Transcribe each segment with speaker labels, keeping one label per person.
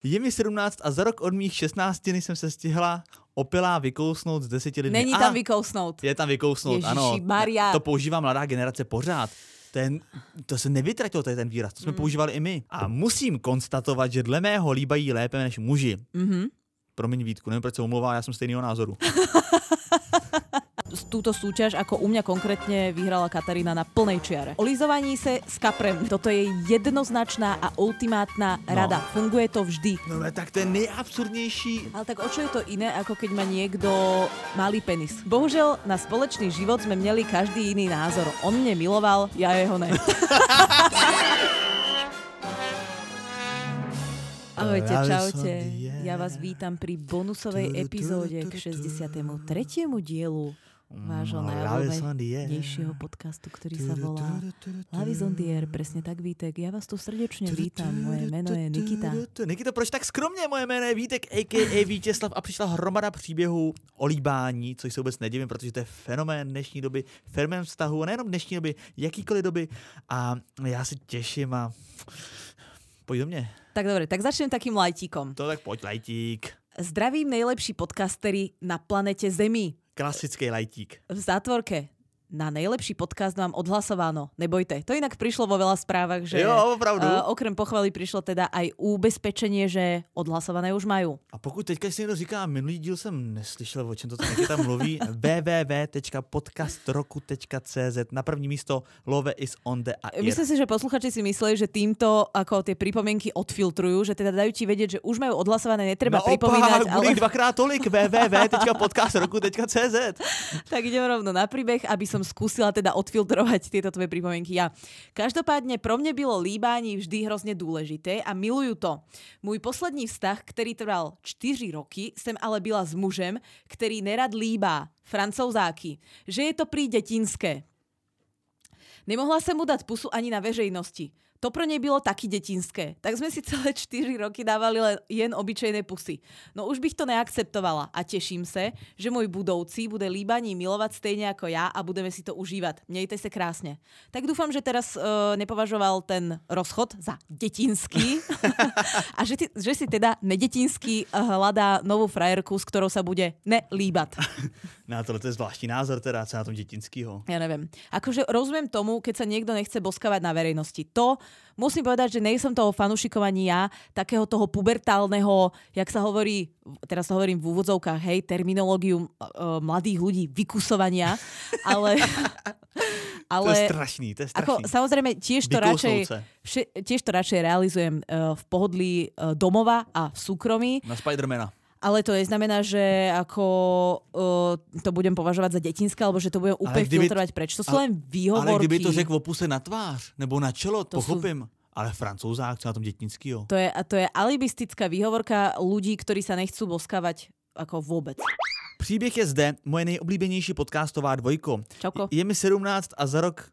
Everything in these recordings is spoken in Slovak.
Speaker 1: Je mi 17 a za rok od mých 16 jsem se stihla opilá vykousnout s deseti lidmi.
Speaker 2: Není
Speaker 1: a,
Speaker 2: tam vykousnout.
Speaker 1: Je tam vykousnout,
Speaker 2: Ježíši
Speaker 1: ano.
Speaker 2: Maria.
Speaker 1: To používá mladá generace pořád. Ten, to se nevytratilo, to je ten výraz,
Speaker 2: Hmm.
Speaker 1: to jsme mm. používali i my. A musím konstatovat, že dle mého líbají lépe než muži.
Speaker 2: Mhm.
Speaker 1: Promiň Vítku, nevím, proč se omlouvá, já jsem stejného názoru.
Speaker 2: Túto súťaž, ako u mňa konkrétne, vyhrala Katarína na plnej čiare. O lízovaní sa s kaprem. Toto je jednoznačná a ultimátna
Speaker 1: No.
Speaker 2: rada. Funguje to vždy.
Speaker 1: No ale tak to je nejabsurdnější.
Speaker 2: Ale tak o čo je to iné, ako keď má niekto malý penis? Bohužiaľ, na spoločný život sme mali každý iný názor. On mne miloval, ja jeho ne. Ahojte,
Speaker 1: Rádio
Speaker 2: čaute.
Speaker 1: Slobody, yeah.
Speaker 2: Ja vás vítam pri bonusovej epizóde k 63. dielu vášho
Speaker 1: Mm, Lavis on the air.
Speaker 2: najobľúbenejšieho podcastu, ktorý sa volá Lavis on the air. Presne tak, Vítek. Ja vás tu srdečne vítam. Moje meno je Nikita.
Speaker 1: Nikita, proč tak skromně? Moje jméno je Vítek, a.k.a. Vítězslav a přišla hromada příběhů o líbání, což se vůbec nedivím, protože to je fenomén dnešní doby, fenomén vztahu, a nejenom dnešní doby, jakýkoliv doby. A já se těším a pojď do mě.
Speaker 2: Tak dobre, tak začnem takým lajtíkom.
Speaker 1: To tak pojď, lajtík.
Speaker 2: Zdravím najlepší podcastery na planete Zemi.
Speaker 1: Klasický lajtík.
Speaker 2: V zátvorke na najlepší podcast vám odhlasováno. Nebojte. To inak prišlo vo veľa správach, že
Speaker 1: Jo, opravdu.
Speaker 2: eh, okrem pochvaly prišlo teda aj ubezpečenie, že odhlasované už majú.
Speaker 1: A pokud teďka si někdo říká, minulý díl jsem neslyšel, o čem to taky tam mluví, www.podcastroku.cz na první místo Love is on the air.
Speaker 2: Myslím si, že posluchači si mysleli, že týmto ako tie pripomienky odfiltrujú, že teda dajú ti vedieť, že už majú odhlasované, netreba
Speaker 1: No,
Speaker 2: pripomínať,
Speaker 1: bude
Speaker 2: ale
Speaker 1: jich dvakrát tolik, www.podcastroku.cz
Speaker 2: tak idem rovno na príbeh, aby som skúsila teda odfiltrovať tieto tvoje pripomienky ja. Každopádne pro mne bylo líbání vždy hrozne dôležité a milujú to. Môj poslední vztah, ktorý trval 4 roky, som ale byla s mužem, ktorý nerad líbá, francouzáky, že je to pri detinské. Nemohla som mu dať pusu ani na veřejnosti. To pro nej bylo taky detinské. Tak sme si celé 4 roky dávali len jen obyčejné pusy. No už bych to neakceptovala a teším se, že môj budoucí bude líbaní milovať stejne ako ja a budeme si to užívať. Mějte se krásne. Tak dúfam, že teraz uh, nepovažoval ten rozchod za detinský a že, ty, že si teda nedetinský eh, hľadá novú frajerku, s ktorou sa bude nelíbať.
Speaker 1: Na tohle to je zvláštní názor teda, co na tom dětinskýho.
Speaker 2: Ja neviem. Akože rozumiem tomu, keď sa niekto nechce boskavať na verejnosti. To musím povedať, že nejsem toho fanúšikom ani ja, takého toho pubertálneho, jak sa hovorí, teraz to hovorím v úvodzovkách, hej, terminológiu uh, mladých ľudí, vykusovania, ale... ale
Speaker 1: To je strašný, to je strašný.
Speaker 2: ako, samozrejme, tiež to, radšej,
Speaker 1: Vykousnúce.
Speaker 2: vše, tiež to radšej realizujem uh, v pohodlí uh, domova a v súkromí,
Speaker 1: Na Spidermana.
Speaker 2: ale to neznamená, že ako uh, to budem považovať za detinské, alebo že to budem úplne
Speaker 1: kdyby-
Speaker 2: filtrovať preč. To sú
Speaker 1: ale-
Speaker 2: len
Speaker 1: Ale
Speaker 2: výhovorky.
Speaker 1: kdyby to řekl o puse na tvář, nebo na čelo, to
Speaker 2: To sú-
Speaker 1: pochopím. Ale francouzák, co na tom dětinskýho.
Speaker 2: to, je, a to je alibistická výhovorka ľudí, ktorí sa nechcú boskávať ako vôbec.
Speaker 1: Příběh je zde, moje nejoblíbenější podcastová dvojko.
Speaker 2: Čauko.
Speaker 1: Je mi 17 a za rok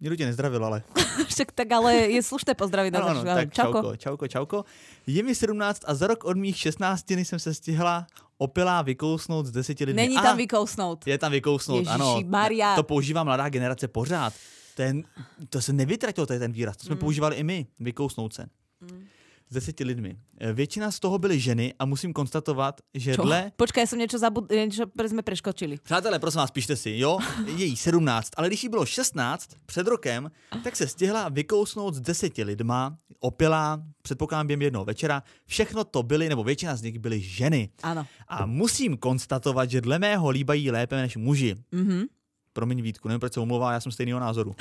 Speaker 1: Nikdo tě nezdravil, ale.
Speaker 2: Však tak ale je slušné pozdraviť. na
Speaker 1: Ano, ano,
Speaker 2: začiatku.
Speaker 1: tak čauko, čauko, čauko. Je mi 17 a za rok od mých 16 jsem se stihla opilá vykousnout s deseti lidmi.
Speaker 2: Není
Speaker 1: A-
Speaker 2: tam vykousnout.
Speaker 1: Je tam vykousnout,
Speaker 2: Ježíši
Speaker 1: ano.
Speaker 2: Maria.
Speaker 1: To používá mladá generace pořád. Ten, to se nevytratilo, to je ten výraz. To jsme mm. používali i my, vykousnout se.
Speaker 2: Mm.
Speaker 1: S deseti lidmi. E, Většina z toho byly ženy a musím konstatovat, že
Speaker 2: Čo?
Speaker 1: dle...
Speaker 2: Počkaj, ja som niečo, zabud- niečo pre sme preškočili.
Speaker 1: Přátelé, prosím vás, píšte si, jo? Je jí 17, ale když jí bylo 16 před rokem, tak se stihla vykousnout s deseti lidma, opilá, předpokládám během jednoho večera. Všechno to byly, nebo většina z nich byly ženy.
Speaker 2: Áno.
Speaker 1: A musím konstatovat, že dle mého líbají lépe než muži.
Speaker 2: Mhm.
Speaker 1: Promiň Vítku, nevím, proč se omlouvá, já jsem stejného názoru.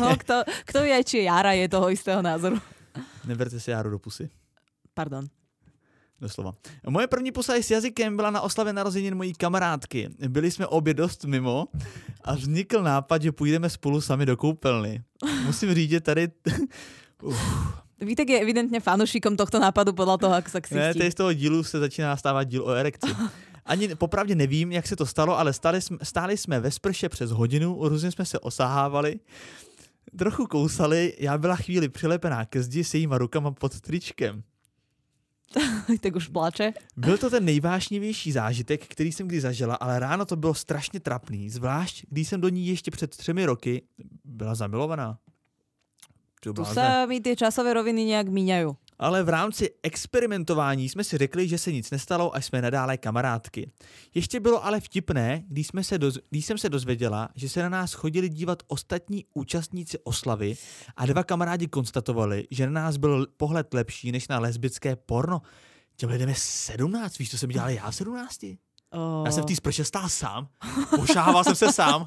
Speaker 2: No, kto, kto vie, či Jara je toho istého názoru.
Speaker 1: Neberte si Járu do pusy.
Speaker 2: Pardon.
Speaker 1: Doslova. Moje první pusa i s jazykem byla na oslavě narozenin mojí kamarádky. Byli jsme obě dost mimo a vznikl nápad, že půjdeme spolu sami do koupelny. Musím říct, že tady...
Speaker 2: Vítek je evidentne fanušikom tohto nápadu podľa toho, ako sa
Speaker 1: Ne,
Speaker 2: ksichtí.
Speaker 1: tady z toho dílu se začíná stávat díl o erekci. Ani popravdě nevím, jak se to stalo, ale stáli jsme, stáli jsme ve sprše přes hodinu, různě jsme se osahávali, trochu kousali, já byla chvíli přilepená ke zdi s jejíma rukama pod tričkem.
Speaker 2: tak už pláče.
Speaker 1: Byl to ten nejvášnivější zážitek, který jsem kdy zažila, ale ráno to bylo strašně trapný, zvlášť když jsem do ní ještě před třemi roky byla zamilovaná. To
Speaker 2: Tu
Speaker 1: blázne.
Speaker 2: sa mi tie časové roviny nejak míňajú.
Speaker 1: Ale v rámci experimentování jsme si řekli, že se nic nestalo a jsme nadále kamarádky. Ještě bylo ale vtipné, když, jsme se doz- když jsem se dozvěděla, že se na nás chodili dívat ostatní účastníci oslavy a dva kamarádi konstatovali, že na nás byl pohled lepší než na lesbické porno. Těm lidem je 17, víš, co jsem dělal já v 17?
Speaker 2: Oh.
Speaker 1: Já jsem v té sprše stál sám, pošával jsem se sám,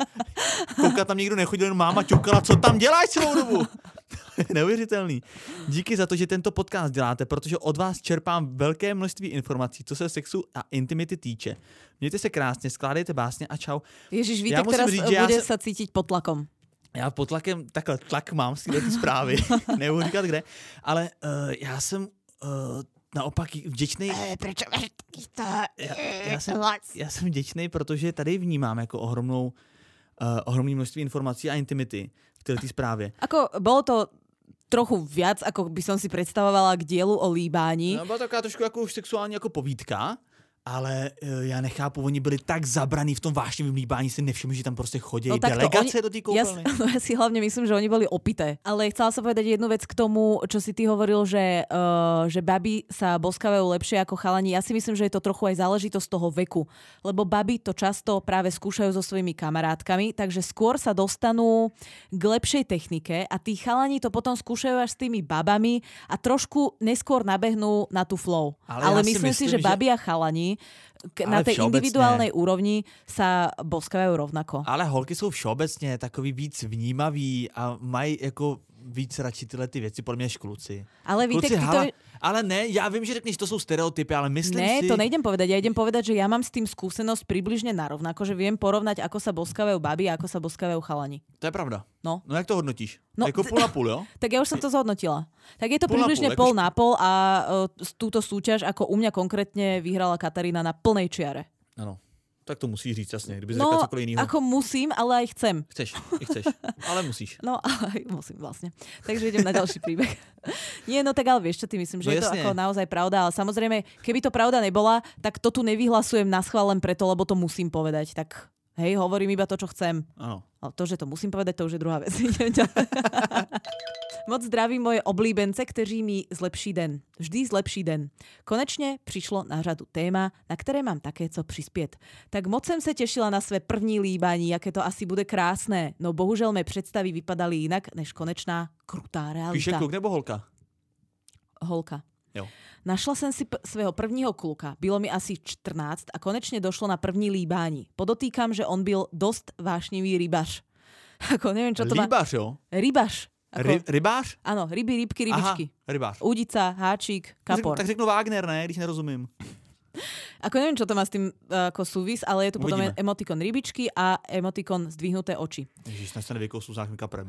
Speaker 1: koukat tam nikdo nechodil, jen máma ťukala, co tam děláš celou dobu. Neuvěřitelný. Díky za to, že tento podcast děláte, protože od vás čerpám velké množství informací, co se sexu a intimity týče. Mějte se krásně, skládejte básně a čau.
Speaker 2: Ježiš,
Speaker 1: Ja
Speaker 2: Vítek
Speaker 1: musím
Speaker 2: teraz
Speaker 1: říct,
Speaker 2: říct,
Speaker 1: že ja
Speaker 2: bude
Speaker 1: som-
Speaker 2: sa cítiť pod tlakom.
Speaker 1: Já pod tlakem takhle tlak mám z této zprávy, nebudu říkat kde, ale uh, já jsem uh, naopak vděčný
Speaker 3: Prečo
Speaker 1: e,
Speaker 3: máš takýto
Speaker 1: Já-
Speaker 3: eh,
Speaker 1: já jsem-
Speaker 3: hlas?
Speaker 1: Já jsem vděčný, protože tady vnímám jako ohromnou, uh, ohromný množství informací a intimity v této zprávě.
Speaker 2: Ako, bolo to trochu viac, ako by som si predstavovala k dielu o líbáni.
Speaker 1: No, byla taková trošku jako už sexuální jako povídka, ale eh, já nechápu, oni byli tak zabraní v tom vášnivém líbání, si nevšimli, že tam prostě chodí no, delegace do té
Speaker 2: ja,
Speaker 1: koupelny.
Speaker 2: si- no, ja si hlavne myslím, že oni boli opité. Ale chcela som povedať jednu vec k tomu, čo si ty hovoril, že, uh, že baby sa boskávajú lepšie ako chalani. Ja si myslím, že je to trochu aj záležitosť toho veku. Lebo baby to často práve skúšajú so svojimi kamarátkami, takže skôr sa dostanú k lepšej technike a tí chalani to potom skúšajú až s tými babami a trošku neskôr nabehnú na tú flow.
Speaker 1: Ale
Speaker 2: Ale,
Speaker 1: ja
Speaker 2: Ale
Speaker 1: si
Speaker 2: myslím, si,
Speaker 1: myslím,
Speaker 2: že
Speaker 1: že-
Speaker 2: baby a chalani k- na
Speaker 1: Ale
Speaker 2: tej
Speaker 1: všeobecne.
Speaker 2: individuálnej úrovni sa boskávajú rovnako.
Speaker 1: Ale holky jsou všeobecně takový víc vnímavý a mají jako víc radši tyhle ty věci, podle mě, než kluci.
Speaker 2: Ale Vítek,
Speaker 1: kluci,
Speaker 2: ty to...
Speaker 1: hala, ale ne, já vím, že řekneš, to jsou stereotypy, ale myslím
Speaker 2: Ne,
Speaker 1: si...
Speaker 2: to nejdem povedať. Ja idem povedať, že ja mám s tým skúsenosť približne narovnako, že viem porovnať, ako sa boskávajú baby a ako sa boskávajú chalani.
Speaker 1: To je pravda.
Speaker 2: No.
Speaker 1: No jak to hodnotíš? No,
Speaker 2: No,
Speaker 1: jako půl na půl, jo?
Speaker 2: Tak ja už som to zhodnotila. Tak je to
Speaker 1: Pol na
Speaker 2: približne
Speaker 1: pol,
Speaker 2: pol na pol a uh, túto súťaž, ako u mňa konkrétne, vyhrala Katarína na plnej čiare.
Speaker 1: Ano. Tak to musíš říct, jasně, kdyby no, řekla
Speaker 2: No,
Speaker 1: cokoliv jiného. Ako...
Speaker 2: ako musím, ale aj chcem.
Speaker 1: Chceš, i chceš, ale musíš.
Speaker 2: No, ale aj musím vlastne. Takže idem na ďalší príbeh. Nie, no tak ale vieš čo ty myslím, že
Speaker 1: No
Speaker 2: je to
Speaker 1: jasne.
Speaker 2: ako naozaj pravda, ale samozrejme, keby to pravda nebola, tak to tu nevyhlasujem na schvál len preto, lebo to musím povedať. Tak hej, hovorím iba to, čo chcem.
Speaker 1: Ano.
Speaker 2: Ale to, že to musím povedať, to už je druhá vec. Idem ďalej. Moc zdraví moje oblíbence, kteří mi zlepší den. Vždy zlepší den. Konečně přišlo na řadu téma, na které mám také co přispět. Tak moc jsem se těšila na své první líbání, jaké to asi bude krásné. No bohužel mé představy vypadaly jinak, než konečná krutá
Speaker 1: Píše
Speaker 2: realita.
Speaker 1: kluk nebo holka?
Speaker 2: Holka.
Speaker 1: Jo.
Speaker 2: Našla jsem si p- svého prvního kluka, bylo mi asi 14 a konečně došlo na první líbání. Podotýkam, že on byl dost vášnivý rybař. Ako neviem, čo to má...
Speaker 1: Rybář, jo?
Speaker 2: Rybaš. Ako,
Speaker 1: Ry, rybář?
Speaker 2: Áno, ryby, rybky, rybičky. Aha.
Speaker 1: Aha, rybář.
Speaker 2: Udica, háčik, kapor.
Speaker 1: Tak řeknu Wagner, ne, když nerozumím.
Speaker 2: Ako neviem, čo to má s tým uh, ako súvis, ale je tu potom
Speaker 1: Uvidíme.
Speaker 2: emotikon rybičky a emotikon zdvihnuté oči.
Speaker 1: Ježíš, snad se nevykousu s nějakým kaprem.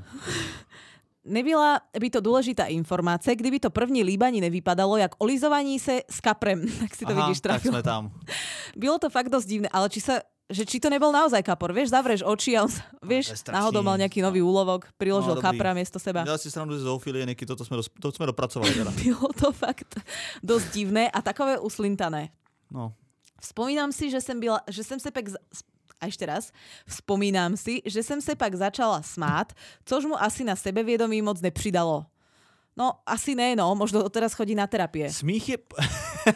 Speaker 2: Nebyla by to dôležitá informácia, kdyby to první líbanie nevypadalo, jak olizovaní se s kaprem. Tak si to
Speaker 1: Aha,
Speaker 2: vidíš,
Speaker 1: tak
Speaker 2: trafil.
Speaker 1: jsme tam.
Speaker 2: Bylo to fakt dosť divné, ale či sa že či to nebol naozaj kapor. Vieš, zavreš oči a on sa,
Speaker 1: to je
Speaker 2: vieš,
Speaker 1: strašný.
Speaker 2: náhodou mal nejaký nový úlovok, priložil
Speaker 1: No, dobrý.
Speaker 2: kapra miesto seba.
Speaker 1: Dělal si srandu ze zoofilie, Niky, to, to, jsme, dos, to jsme dopracovali teda.
Speaker 2: Bylo to fakt dosť divné a takové uslintané.
Speaker 1: No.
Speaker 2: Vzpomínam si, že som, byla, že som se pak... za- A ešte raz. Vzpomínam si, že som se pak začala smát, což mu asi na sebevědomí moc nepřidalo. No, asi ne, no. Možno teraz chodí na terapie.
Speaker 1: Smích je...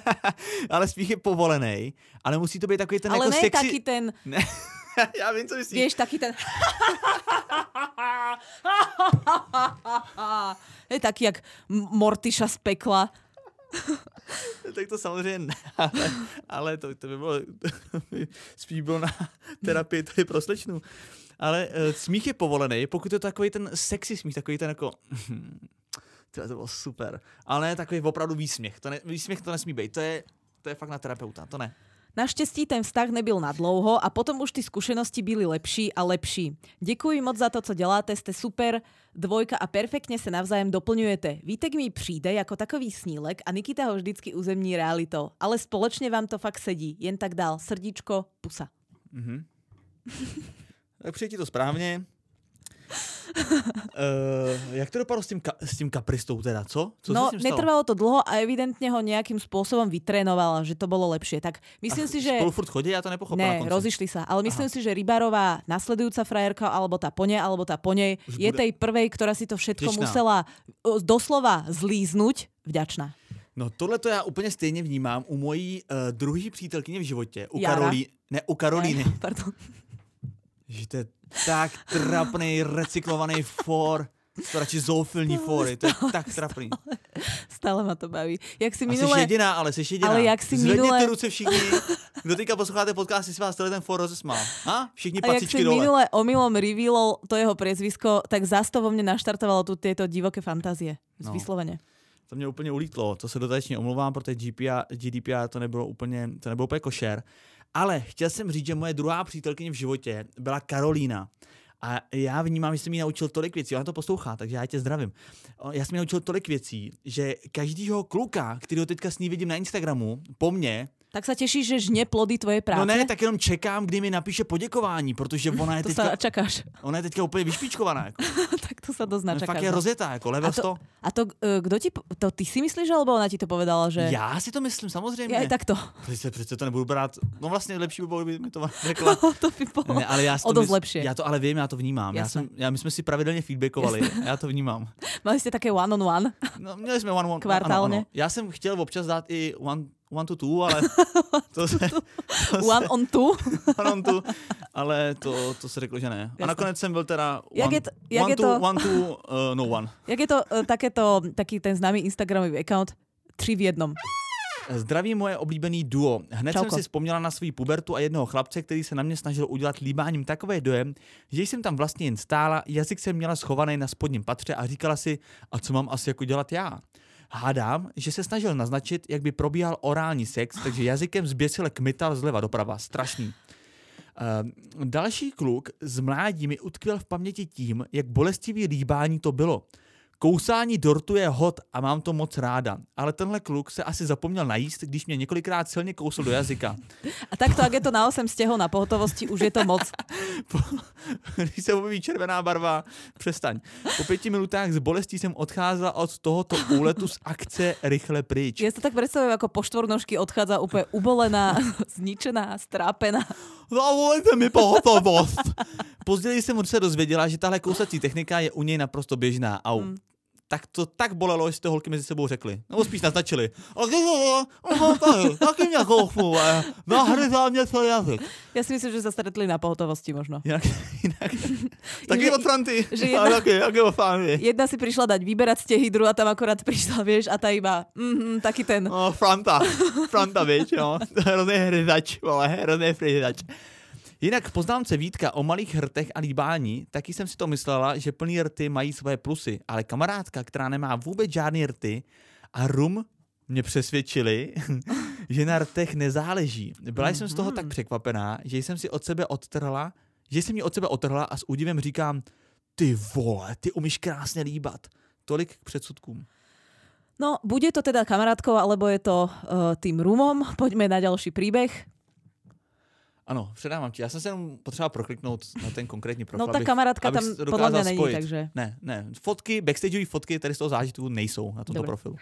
Speaker 1: ale smích je povolený, ale musí to být takový ten
Speaker 2: Ale
Speaker 1: jako
Speaker 2: ne
Speaker 1: sexy...
Speaker 2: taký ten,
Speaker 1: Ne, já vím, co myslíš.
Speaker 2: vieš, taký ten... je taký, jak M- Mortiša z pekla.
Speaker 1: Tak to samozřejmě ne, ale, ale to, to by bylo, to by spíš bylo na terapii tady pro slečnu. Ale uh, smích je povolený, pokud je to takový ten sexy smích, takový ten jako... Tyhle, to bylo super. Ale ne takový opravdu výsměch. To ne, výsměch to nesmí být. To je, to je fakt na terapeuta, to ne.
Speaker 2: Naštěstí ten vztah nebyl na dlouho a potom už ty skúsenosti byly lepší a lepší. Děkuji moc za to, co děláte, jste super dvojka a perfektně se navzájem doplňujete. Vítek mi přijde jako takový snílek a Nikita ho vždycky uzemní realitou, ale společně vám to fakt sedí. Jen tak dál, srdíčko, pusa.
Speaker 1: Tak přijde ti to správně. Eh, jak to dopadlo s tím, ka- s tím kapristou teda, co? Co
Speaker 2: no,
Speaker 1: se s tím stalo?
Speaker 2: netrvalo to dlho a evidentne ho nejakým spôsobom vytrénovala, že to bolo lepšie. Tak myslím si, že...
Speaker 1: Spolu furt chodí, já to nepochopil na
Speaker 2: Ne,
Speaker 1: konci.
Speaker 2: rozišli sa. Ale myslím si, že Rybarová nasledujúca frajerka, alebo tá po nej, alebo tá po nej,
Speaker 1: Už
Speaker 2: je
Speaker 1: bude-
Speaker 2: tej prvej, ktorá si to všetko
Speaker 1: Vďačná.
Speaker 2: musela o, doslova zlíznuť. Vďačná.
Speaker 1: No tohle to já úplně stejně vnímám u mojí uh, druhé přítelkyně v životě, u
Speaker 2: Jara.
Speaker 1: Karolí, ne, u Karolíny.
Speaker 2: Ne, pardon.
Speaker 1: Že to je tak trapný, recyklovaný for. To radši zoofilní fory, to je tak trapný.
Speaker 2: Stále ma to baví. Jak si
Speaker 1: A jsi
Speaker 2: minule...
Speaker 1: jediná, ale jsi jediná.
Speaker 2: Ale jak si
Speaker 1: Zvedněte
Speaker 2: minule-
Speaker 1: ruce všichni. Kdo teďka posloucháte podcast, jestli vás tenhle ten for rozesmál. A? Všichni
Speaker 2: A jak si
Speaker 1: pacičky dole.
Speaker 2: minule omylom revealol to jeho priezvisko, tak zás to vo mne naštartovalo tu tieto divoké fantázie.
Speaker 1: No.
Speaker 2: No. Vyslovene.
Speaker 1: To mě úplně ulítlo, to se dodatečně omlouvám, protože GDPR, GDPR to nebylo úplně, to nebylo úplně košer. Ale chtěl jsem říct, že moje druhá přítelkyně v životě byla Karolína. A já vnímám, že jsem ji naučil tolik věcí, ona to poslouchá, takže já tě zdravím. O, Já jsem ji naučil tolik věcí, že každýho kluka, kterýho teďka s ní vidím na Instagramu, po mně,
Speaker 2: Tak sa tešíš, že žne plody tvojej práce?
Speaker 1: no ne, tak jenom čekám, kdy mi napíše poděkování, protože ona je
Speaker 2: to sa
Speaker 1: teďka,
Speaker 2: čakáš.
Speaker 1: ona je teďka úplně vyšpičkovaná. Jako.
Speaker 2: tak to sa dosť
Speaker 1: Ona
Speaker 2: načakáš.
Speaker 1: fakt je
Speaker 2: no.
Speaker 1: rozjetá, jako
Speaker 2: a
Speaker 1: level
Speaker 2: to,
Speaker 1: 100.
Speaker 2: a to, e, kto ti, po- to ty si myslíš, alebo ona ti to povedala, že...
Speaker 1: Já si to myslím, samozřejmě.
Speaker 2: Ja aj takto.
Speaker 1: Přece, přece to nebudu brát. No vlastně lepší by bylo, kdyby mi to řekla.
Speaker 2: to by bolo.
Speaker 1: Ne, ale já si
Speaker 2: O
Speaker 1: to
Speaker 2: dost lepšie.
Speaker 1: Já to ale vím, já to vnímám. Já
Speaker 2: Jasné.
Speaker 1: jsem, já, my jsme si pravidelně feedbackovali, já to vnímám.
Speaker 2: Mali ste také one on one.
Speaker 1: No, měli jsme one, one
Speaker 2: Kvartálně.
Speaker 1: Ano, ano. Já jsem chtěl občas dát i one, one to two, ale to se, to se
Speaker 2: One on two.
Speaker 1: one on two, ale to, to se řeklo, že ne. A
Speaker 2: Jasné.
Speaker 1: nakonec jsem byl teda one,
Speaker 2: Jak je to- jak
Speaker 1: one,
Speaker 2: je
Speaker 1: two,
Speaker 2: to-
Speaker 1: one two, uh, no one.
Speaker 2: Jak je to e, takéto, taký ten známy Instagramový account? Tri v jednom.
Speaker 1: Zdraví moje oblíbený duo. Hned Čauko.
Speaker 2: Čauko.
Speaker 1: jsem si vzpomněla na svou pubertu a jednoho chlapce, který se na mě snažil udělat líbáním takový dojem, že jsem tam vlastně jen stála, jazyk jsem měla schovaný na spodním patře a říkala si, a co mám asi jako dělat já? Hádám, že se snažil naznačit, jak by probíhal orální sex, takže jazykem zběsile kmital zleva doprava. Strašný. Ehm, další kluk z mládí mi utkvěl v paměti tím, jak bolestivý líbání to bylo. Kousání dortu je hot a mám to moc ráda, ale tenhle kluk se asi zapomněl najíst, když mě několikrát silně kousl do jazyka.
Speaker 2: A takto, ak je to na 8 stehov na pohotovosti, už je to moc.
Speaker 1: když se objeví červená barva, přestaň. Po pěti minutách s bolestí jsem odcházela od tohoto úletu z akce rychle pryč.
Speaker 2: Ja si to tak predstavujem, ako po štvornožky odchádza úplne ubolená, zničená, strápená.
Speaker 1: No Zavolejte mi pohotovost. Později jsem se dozvěděla, že tahle kousací technika je u něj naprosto běžná. Au. Mm. Tak to tak bolelo, že si to holky mezi sebou řekly. Nebo spíš naznačili. A ty jo, a taky- no, Taky mě kousnu, eh. nahryzá mě celý jazyk.
Speaker 2: Ja si myslím, že sa stretli na pohotovosti možno.
Speaker 1: Jinak, jinak. Taky
Speaker 2: Že-
Speaker 1: od Franty.
Speaker 2: že
Speaker 1: A
Speaker 2: jedna-
Speaker 1: taky, taky od Franty.
Speaker 2: Jedna si prišla dať vyberať stehy, druhá tam akorát prišla, vieš, a tá iba, mm, mm, taký ten.
Speaker 1: No, Franta. Franta, viď, no. Hrozný hryzač, vole, hrozný hryzač. Jinak k poznámce Vítka o malých hrtech a líbání, taky jsem si to myslela, že plný rty mají svoje plusy, ale kamarádka, která nemá vůbec žádný rty a rum mě přesvědčili, že na rtech nezáleží. Byla jsem z toho tak překvapená, že jsem si od sebe odtrhla, že jsem mi od sebe otrhla a s údivem říkám, ty vole, ty umíš krásně líbat. Tolik k předsudkům.
Speaker 2: No, bude to teda kamarátkou, alebo je to uh, tým rumom. Poďme na ďalší príbeh.
Speaker 1: Ano, předávám ti. Já jsem se jenom potřeba prokliknout na ten konkrétní profil.
Speaker 2: No, tá kamarádka tam
Speaker 1: si to
Speaker 2: podľa mňa
Speaker 1: dokázal
Speaker 2: není,
Speaker 1: spojit.
Speaker 2: takže...
Speaker 1: Ne, ne. Fotky, backstageové fotky tady z toho zážitku nejsou na tomto
Speaker 2: Dobre.
Speaker 1: profilu.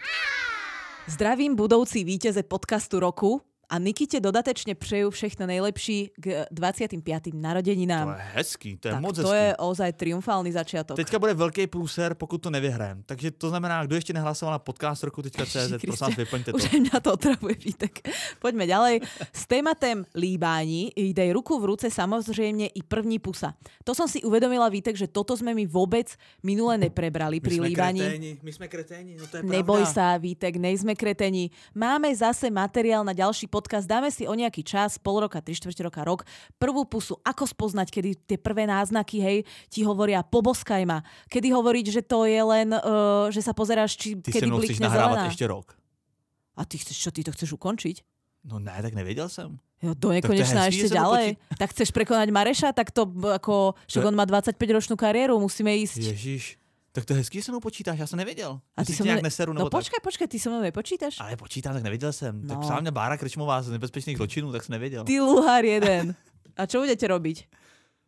Speaker 2: Zdravím budoucí vítěze podcastu roku a Nikite dodatečne přeju všechno nejlepší k 25.
Speaker 1: To
Speaker 2: narodeninám.
Speaker 1: je hezký, to je
Speaker 2: tak
Speaker 1: moc
Speaker 2: to
Speaker 1: hezký.
Speaker 2: je ozaj triumfálny začiatok.
Speaker 1: Teďka bude velký průser, pokud to nevyhrajeme. Takže to znamená, kdo ještě nehlasoval na podcast roku teďka CZ,
Speaker 2: Ježiši
Speaker 1: prosím vás,
Speaker 2: Kriste,
Speaker 1: vyplňte to.
Speaker 2: Už aj mňa to otravuje výtek. Poďme ďalej. S tématem líbání ide ruku v ruce samozrejme i první pusa. To som si uvedomila, Vítek, že toto sme mi vôbec minule
Speaker 1: My
Speaker 2: neprebrali pri
Speaker 1: jsme
Speaker 2: líbaní.
Speaker 1: kreténi, my jsme kreténi, no to je
Speaker 2: Neboj
Speaker 1: pravda.
Speaker 2: sa, Vítek, nejsme kreteni. Máme zase materiál na ďalší podcast. Dáme si o nejaký čas, pol roka, tri štvrte roka, rok. Prvú pusu, ako spoznať, kedy tie prvé náznaky, hej, ti hovoria poboskaj ma. Kedy hovoriť, že to je len, uh, že sa pozeráš, či
Speaker 1: Ty se
Speaker 2: kedy
Speaker 1: mnou chceš
Speaker 2: blikne
Speaker 1: nahrávat
Speaker 2: zelená.
Speaker 1: ještě rok.
Speaker 2: A ty chceš, čo, ty to chceš ukončiť?
Speaker 1: No ne, tak nevěděl jsem.
Speaker 2: Jo, do
Speaker 1: to je
Speaker 2: nekonečná
Speaker 1: hezký, že
Speaker 2: ešte
Speaker 1: sa to
Speaker 2: ďalej. Tak chceš prekonať Mareša, tak to b- ako, však
Speaker 1: To je-
Speaker 2: on má 25-ročnú kariéru, musíme ísť.
Speaker 1: Ježíš, tak to je hezký, že se mnou počítáš, já jsem nevěděl.
Speaker 2: A
Speaker 1: Jestli
Speaker 2: ty
Speaker 1: tě
Speaker 2: som...
Speaker 1: nějak
Speaker 2: ne-
Speaker 1: neseru
Speaker 2: no
Speaker 1: nebo tak.
Speaker 2: počkaj, počkaj, ty so mnou nepočítaš?
Speaker 1: Ale počítám, tak nevěděl jsem. No. Tak
Speaker 2: No.
Speaker 1: psala mě Bára Krčmová z nebezpečných zločinů, tak jsem nevěděl.
Speaker 2: Ty luhár jeden. A čo budete robiť?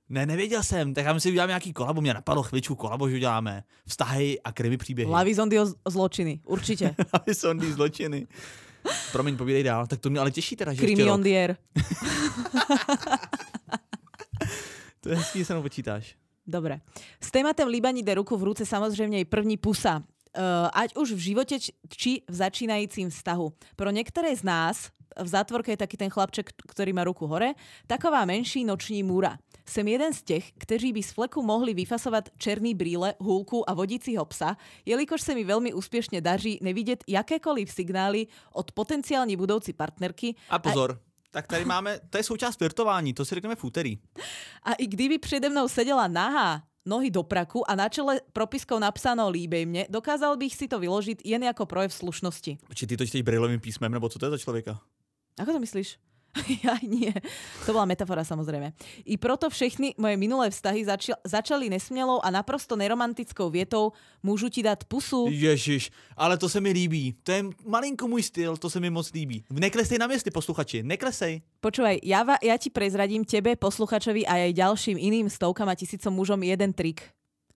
Speaker 1: Ne, nevěděl jsem, tak já myslím, že uděláme nějaký kolabo, mě napadlo chvíličku kolabo, že uděláme. Vztahy a krimi příběhy.
Speaker 2: Hlavy zondy o z- zločiny, určite.
Speaker 1: Hlavy sondy, zločiny. Promiň, povídej dál. Tak to mě ale těší teda, že ještě rok.
Speaker 2: Krimiondier.
Speaker 1: To je hezký, že se mnou počítáš.
Speaker 2: Dobre. S tématem Libani jde ruku v ruce samozrejme aj první pusa. Uh, ať už v živote č- či v začínajícím vztahu. Pro niektoré z nás v zátvorke je taký ten chlapček, ktorý má ruku hore, taková menší noční múra. Som jeden z tých, kteří by z fleku mohli vyfasovať černý brýle, húlku a vodícího psa, jelikož sa mi veľmi úspešne daří nevidieť jakékoliv signály od potenciálne budúci partnerky
Speaker 1: A pozor, tak tady máme, to je součást flirtování, to si řekneme v úterý.
Speaker 2: A i kdyby přede mnou sedela nahá, nohy do praku a na čele propiskou napsáno líbej mne, dokázal bych si to vyložiť jen ako projev slušnosti.
Speaker 1: Či ty to čteš brýlovým písmem, nebo co to je za člověka?
Speaker 2: Ako to myslíš? Ja nie. To bola metafora samozrejme. I proto všechny moje minulé vztahy začia- začali nesmelou a naprosto neromantickou vietou môžu ti dať pusu.
Speaker 1: Ježiš, ale to se mi líbí. To je malinko můj styl, to se mi moc líbí. Neklesej na městy, posluchači, neklesej.
Speaker 2: Počúvaj, ja, va- ja ti prezradím tebe, posluchačovi a aj ďalším iným stovkam a tisícom mužom jeden trik,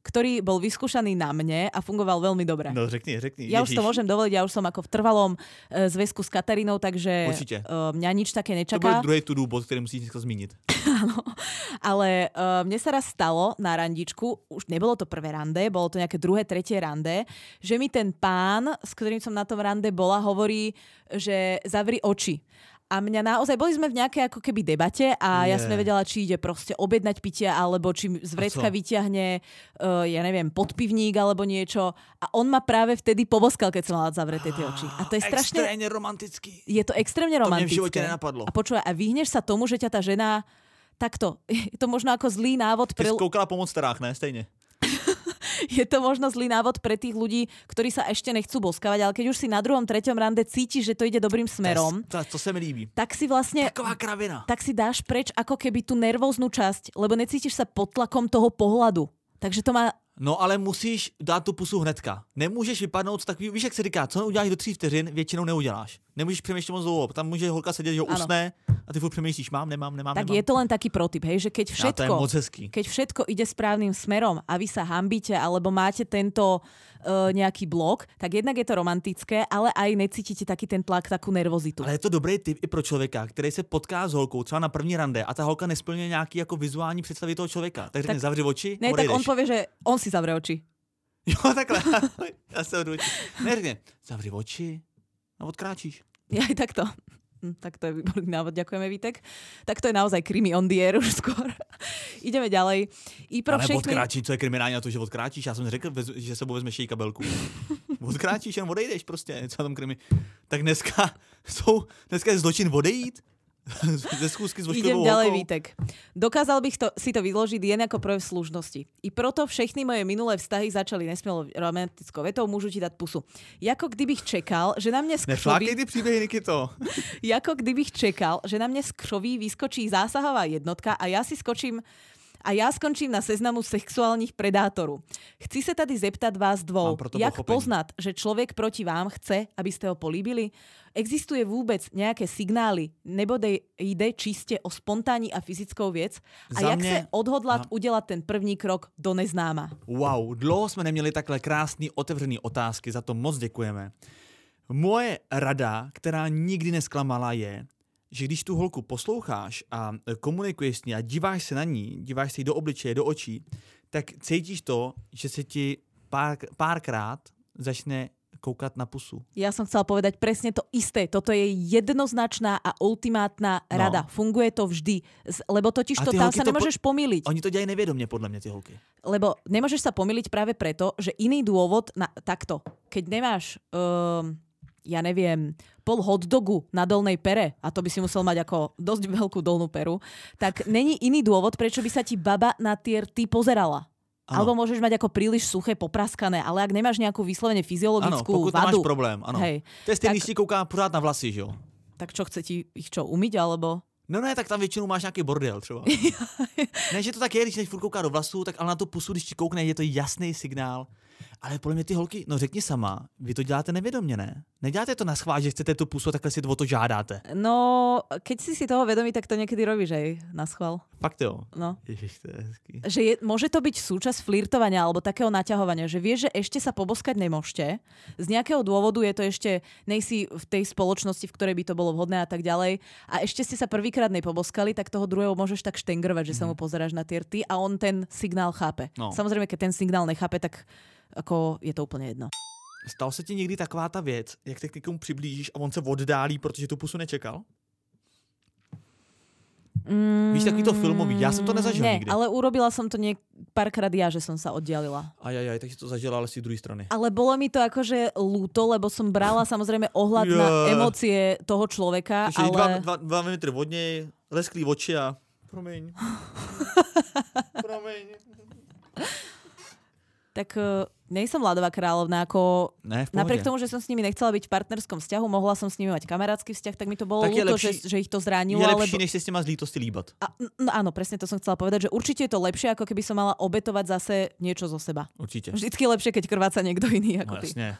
Speaker 2: ktorý bol vyskúšaný na mne a fungoval veľmi dobre.
Speaker 1: No řekni, řekni.
Speaker 2: Ja už to môžem dovoliť, ja už som ako v trvalom eh, zväzku s Katarínou, takže
Speaker 1: Určite.
Speaker 2: eh, mňa nič také
Speaker 1: To bude
Speaker 2: nečaká.
Speaker 1: druhý to do bod, který musíš dneska zmínit.
Speaker 2: Ale eh, mne sa raz stalo na randičku, už nebolo to prvé rande, bolo to nejaké druhé, tretie rande, že mi ten pán, s ktorým som na tom rande bola, hovorí, že zavri oči. A mňa naozaj, boli sme v nejakej ako keby debate a yeah. ja
Speaker 1: Nie.
Speaker 2: som nevedela, či ide proste objednať pitia, alebo či z vrecka
Speaker 1: co?
Speaker 2: vyťahne, uh, ja neviem, podpivník alebo niečo. A on ma práve vtedy poboskal, keď som mala zavreté tie oči. A to je strašne
Speaker 1: Extrémně romantický.
Speaker 2: je to extrémne
Speaker 1: To mne v
Speaker 2: romantické.
Speaker 1: živote nenapadlo.
Speaker 2: A počúvaj, a vyhneš sa tomu, že ťa tá žena takto, je to možno ako zlý návod
Speaker 1: Ty
Speaker 2: pre,
Speaker 1: jsi koukala po starách, ne? Stejně.
Speaker 2: je to možno zlý návod pre tých ľudí, ktorí sa ešte nechcú boskavať, ale keď už si na druhom, treťom rande cítiš, že to ide dobrým smerom,
Speaker 1: To, je- to, to se mi líbí.
Speaker 2: tak si vlastne
Speaker 1: Taková kravina.
Speaker 2: tak si dáš preč ako keby tú nervóznu časť, lebo necítiš sa pod tlakom toho pohľadu. Takže to má
Speaker 1: No ale musíš dát tu pusu hnedka. Nemůžeš vypadnout z takový, víš, jak se říká, co uděláš do tří vteřin, většinou neuděláš. Nemůžeš přemýšlet moc dlouho, tam může holka sedět, že ho
Speaker 2: Ano.
Speaker 1: usne a ty furt přemýšlíš, mám, nemám, nemám,
Speaker 2: tak
Speaker 1: nemám.
Speaker 2: je to len taký protip, hej, že keď
Speaker 1: a to je
Speaker 2: všetko,
Speaker 1: moc hezký.
Speaker 2: keď všetko ide správnym smerom a vy sa hambíte alebo máte tento uh, nejaký blok, tak jednak je to romantické, ale aj necítite taký ten tlak, takú nervozitu.
Speaker 1: Ale je to dobrý tip i pro člověka, který se potká s holkou třeba na první rande a ta holka nesplňuje nějaký jako vizuální představy toho člověka. Tak řekne,
Speaker 2: Tak-
Speaker 1: zavři oči,
Speaker 2: Ne, tak
Speaker 1: odejdeš.
Speaker 2: on povie, že on si zavre oči.
Speaker 1: Jo, takhle. Já se odručím. Ne, řekne, zavři oči a odkráčíš.
Speaker 2: Ja aj takto. Hm, Tak to je výborný návod, ďakujeme Vitek. Tak to je naozaj krimi on the air už skôr. Ideme ďalej. I pro
Speaker 1: Ale
Speaker 2: všechny,
Speaker 1: odkráčí, co je kriminální na to, že odkráčíš? Já jsem řekl, vez- že sebou vezmeš její kabelku. odkráčíš, jen odejdeš prostě, co na tom krimi. Tak dneska, jsou, dneska je zločin odejít ze schůzky s
Speaker 2: Idem
Speaker 1: vošklivou
Speaker 2: ďalej,
Speaker 1: holkou.
Speaker 2: Vítek. Dokázal bych to, si to vyložiť jen ako projev služnosti. I proto všechny moje minulé vztahy začali nesmielo romantickou vetou, môžu ti dať pusu. Jako kdybych čekal, že na mne
Speaker 1: Neflákej
Speaker 2: skřoví,
Speaker 1: ty příběhy, Nikito.
Speaker 2: jako kdybych čekal, že na mne skřoví vyskočí zásahová jednotka a ja si skočím a ja skončím na seznamu sexuálnych predátorov. Chci sa tady zeptat vás
Speaker 1: Mám
Speaker 2: dvou,
Speaker 1: pro to
Speaker 2: jak
Speaker 1: pochopenie.
Speaker 2: poznať, že človek proti vám chce, aby ste ho políbili? Existuje vôbec nejaké signály, nebo de- ide čiste o spontánní a fyzickou vec? A
Speaker 1: Za
Speaker 2: jak
Speaker 1: mne-
Speaker 2: sa odhodlať udelať ten první krok do neznáma?
Speaker 1: Wow, dlouho jsme neměli takhle krásný otevřený otázky, za to moc děkujeme. Moje rada, která nikdy nesklamala, je, že když tu holku posloucháš a eh, komunikuješ s ní a díváš se na ní, díváš se jí do obličeje, do očí, tak cítíš to, že se ti pár, párkrát začne koukat na pusu.
Speaker 2: Ja som chcela povedať presne to isté. Toto je jednoznačná a ultimátna
Speaker 1: No.
Speaker 2: rada. Funguje to vždy, Z- lebo totiž
Speaker 1: A
Speaker 2: to
Speaker 1: ty
Speaker 2: tam
Speaker 1: holky
Speaker 2: sa
Speaker 1: to po-
Speaker 2: nemôžeš pomýliť.
Speaker 1: Oni to dělají nevědomě, podle mě, ty holky.
Speaker 2: Lebo nemôžeš sa pomýliť práve preto, že iný dôvod na, takto. Keď nemáš, um, ja neviem, pol hot dogu na dolnej pere, a to by si musel mať ako dosť veľkú dolnú peru, tak není iný dôvod, prečo by sa ti baba na tie rty pozerala.
Speaker 1: Áno.
Speaker 2: Alebo môžeš mať ako príliš suché, popraskané, ale ak nemáš nejakú vyslovene
Speaker 1: Ano,
Speaker 2: fyziologickú
Speaker 1: pokud tam máš
Speaker 2: vadu,
Speaker 1: problém, ano.
Speaker 2: Hej.
Speaker 1: To je stejný,
Speaker 2: Tak-
Speaker 1: když ti kouká pořád na vlasy, že jo?
Speaker 2: tak čo chce ti ich čo, umyť alebo...
Speaker 1: No ne, tak tam většinou máš nějaký bordel třeba. ne, že to tak je, když než furt kouká do vlasů, tak ale na to pusu, když ti koukne, je to jasný signál. Ale podle mě ty holky, no řekni sama, vy to děláte nevědomě, ne? Neděláte to na schvál, že chcete tu pusu a takhle si o to žádáte.
Speaker 2: No, keď si si toho vedomý, tak to niekedy robíš aj na schvál.
Speaker 1: Fakt jo.
Speaker 2: No.
Speaker 1: Ježiš, to je hezký.
Speaker 2: Že je, môže to byť súčasť flirtovania alebo takého naťahovania, že vieš, že ešte sa poboskať nemôžete. Z nejakého dôvodu je to ešte, nejsi v tej spoločnosti, v ktorej by to bolo vhodné a tak ďalej. A ešte ste sa prvýkrát nepoboskali, tak toho druhého môžeš tak štengrovať, že sa mu pozeráš na tie rty a on ten signál chápe.
Speaker 1: No.
Speaker 2: Samozrejme, keď ten signál nechápe, tak ako je to úplne jedno.
Speaker 1: Stalo se ti někdy taková ta věc, jak te k někomu přiblížíš a on se oddálí, protože tu pusu nečekal?
Speaker 2: Mm,
Speaker 1: Víš, takový to filmový, já jsem to nezažil
Speaker 2: ne,
Speaker 1: nikdy.
Speaker 2: ale urobila som to niek- párkrát ja, že som sa oddialila.
Speaker 1: Ajajaj, tak si to zažila, ale z té druhé strany.
Speaker 2: Ale bolo mi to akože ľúto, lebo som brala samozrejme ohľad na
Speaker 1: Yeah.
Speaker 2: emócie toho človeka,
Speaker 1: Takže ale... dva,
Speaker 2: ale
Speaker 1: dva, dva metry od něj, lesklý oči a promiň. promiň.
Speaker 2: tak eh, nej som ľadová kráľovná, ako
Speaker 1: Ne, v pohodě.
Speaker 2: napriek tomu, že som s nimi nechcela byť v partnerskom vzťahu, mohla som s nimi mať kamarátsky vzťah, tak mi to bolo
Speaker 1: Tak je
Speaker 2: ľúto,
Speaker 1: lepší-
Speaker 2: že, že ich to
Speaker 1: je
Speaker 2: zranilo.
Speaker 1: lepší,
Speaker 2: alebo-
Speaker 1: než se s těma z lítosti líbat.
Speaker 2: A, no áno, presne to som chcela povedať, že určite je to lepšie, ako keby som mala obetovať zase niečo zo seba.
Speaker 1: Určitě.
Speaker 2: Vždycky je lepšie, keď krváca niekto iný ako
Speaker 1: No
Speaker 2: ty.
Speaker 1: jasně.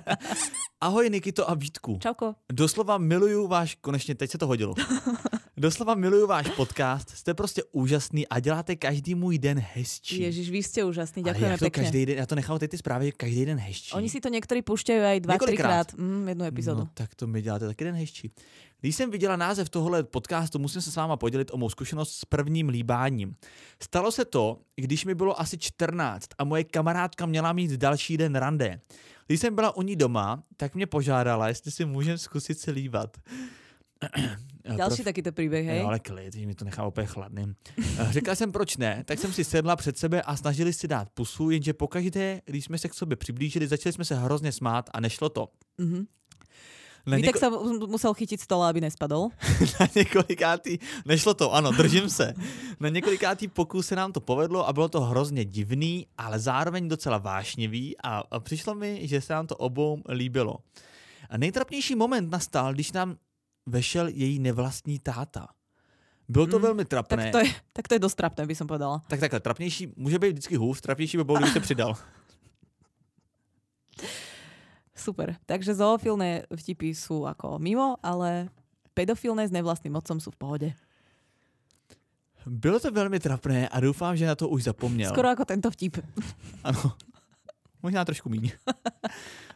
Speaker 1: Ahoj Nikito a Vítku.
Speaker 2: Čauko.
Speaker 1: Doslova miluju váš, konečně teď se to hodilo. Doslova miluju váš podcast, jste prostě úžasný a děláte každý můj den hezčí.
Speaker 2: Ježiš, vy ste úžasní,
Speaker 1: Ale
Speaker 2: ďakujeme
Speaker 1: jak to
Speaker 2: pekne.
Speaker 1: každý den, já to nechám teď ty zprávy, že každý den hezčí.
Speaker 2: Oni si to niektorí púšťajú aj dva,
Speaker 1: Niekoľkokrát.
Speaker 2: trikrát. Mm, jednu epizódu.
Speaker 1: No, tak to mi děláte taky den hezčí. Když jsem viděla název tohle podcastu, musím se s váma podělit o mou zkušenost s prvním líbáním. Stalo se to, když mi bylo asi 14 a moje kamarádka měla mít další den rande. Když jsem byla u ní doma, tak mě požádala, jestli si můžem zkusit se líbat.
Speaker 2: Ďalší takýto príbeh, hej?
Speaker 1: Jo, ale klid, mi to nechá úplně chladným. Eh, Řekla jsem, proč ne, tak jsem si sedla před sebe a snažili si dát pusu, jenže pokaždé, když jsme se k sobě přiblížili, začali jsme se hrozně smát a nešlo to.
Speaker 2: Mhm.
Speaker 1: Na,
Speaker 2: Vy tak sa mu- musel chytiť stola, aby nespadol.
Speaker 1: na několikátý, nešlo to, ano, držím se. Na několikátý pokus se nám to povedlo a bylo to hrozně divný, ale zároveň docela vášnivý a, a přišlo mi, že se nám to obou líbilo. A nejtrapnější moment nastal, když nám vešel její nevlastní táta. Byl to
Speaker 2: Mm,
Speaker 1: velmi
Speaker 2: Tak
Speaker 1: trapné.
Speaker 2: to, je, tak to je dosť trapné, by som povedala.
Speaker 1: Tak takhle, trapnější může být vždycky hůř, trapnější by bylo, kdyby se přidal.
Speaker 2: Super. Takže zoofilné vtipy sú ako mimo, ale pedofilné s nevlastným otcom sú v pohode.
Speaker 1: Bylo to velmi trapné a doufám, že na to už zapomněl.
Speaker 2: Skoro ako tento vtip.
Speaker 1: Ano. Možná trošku míň.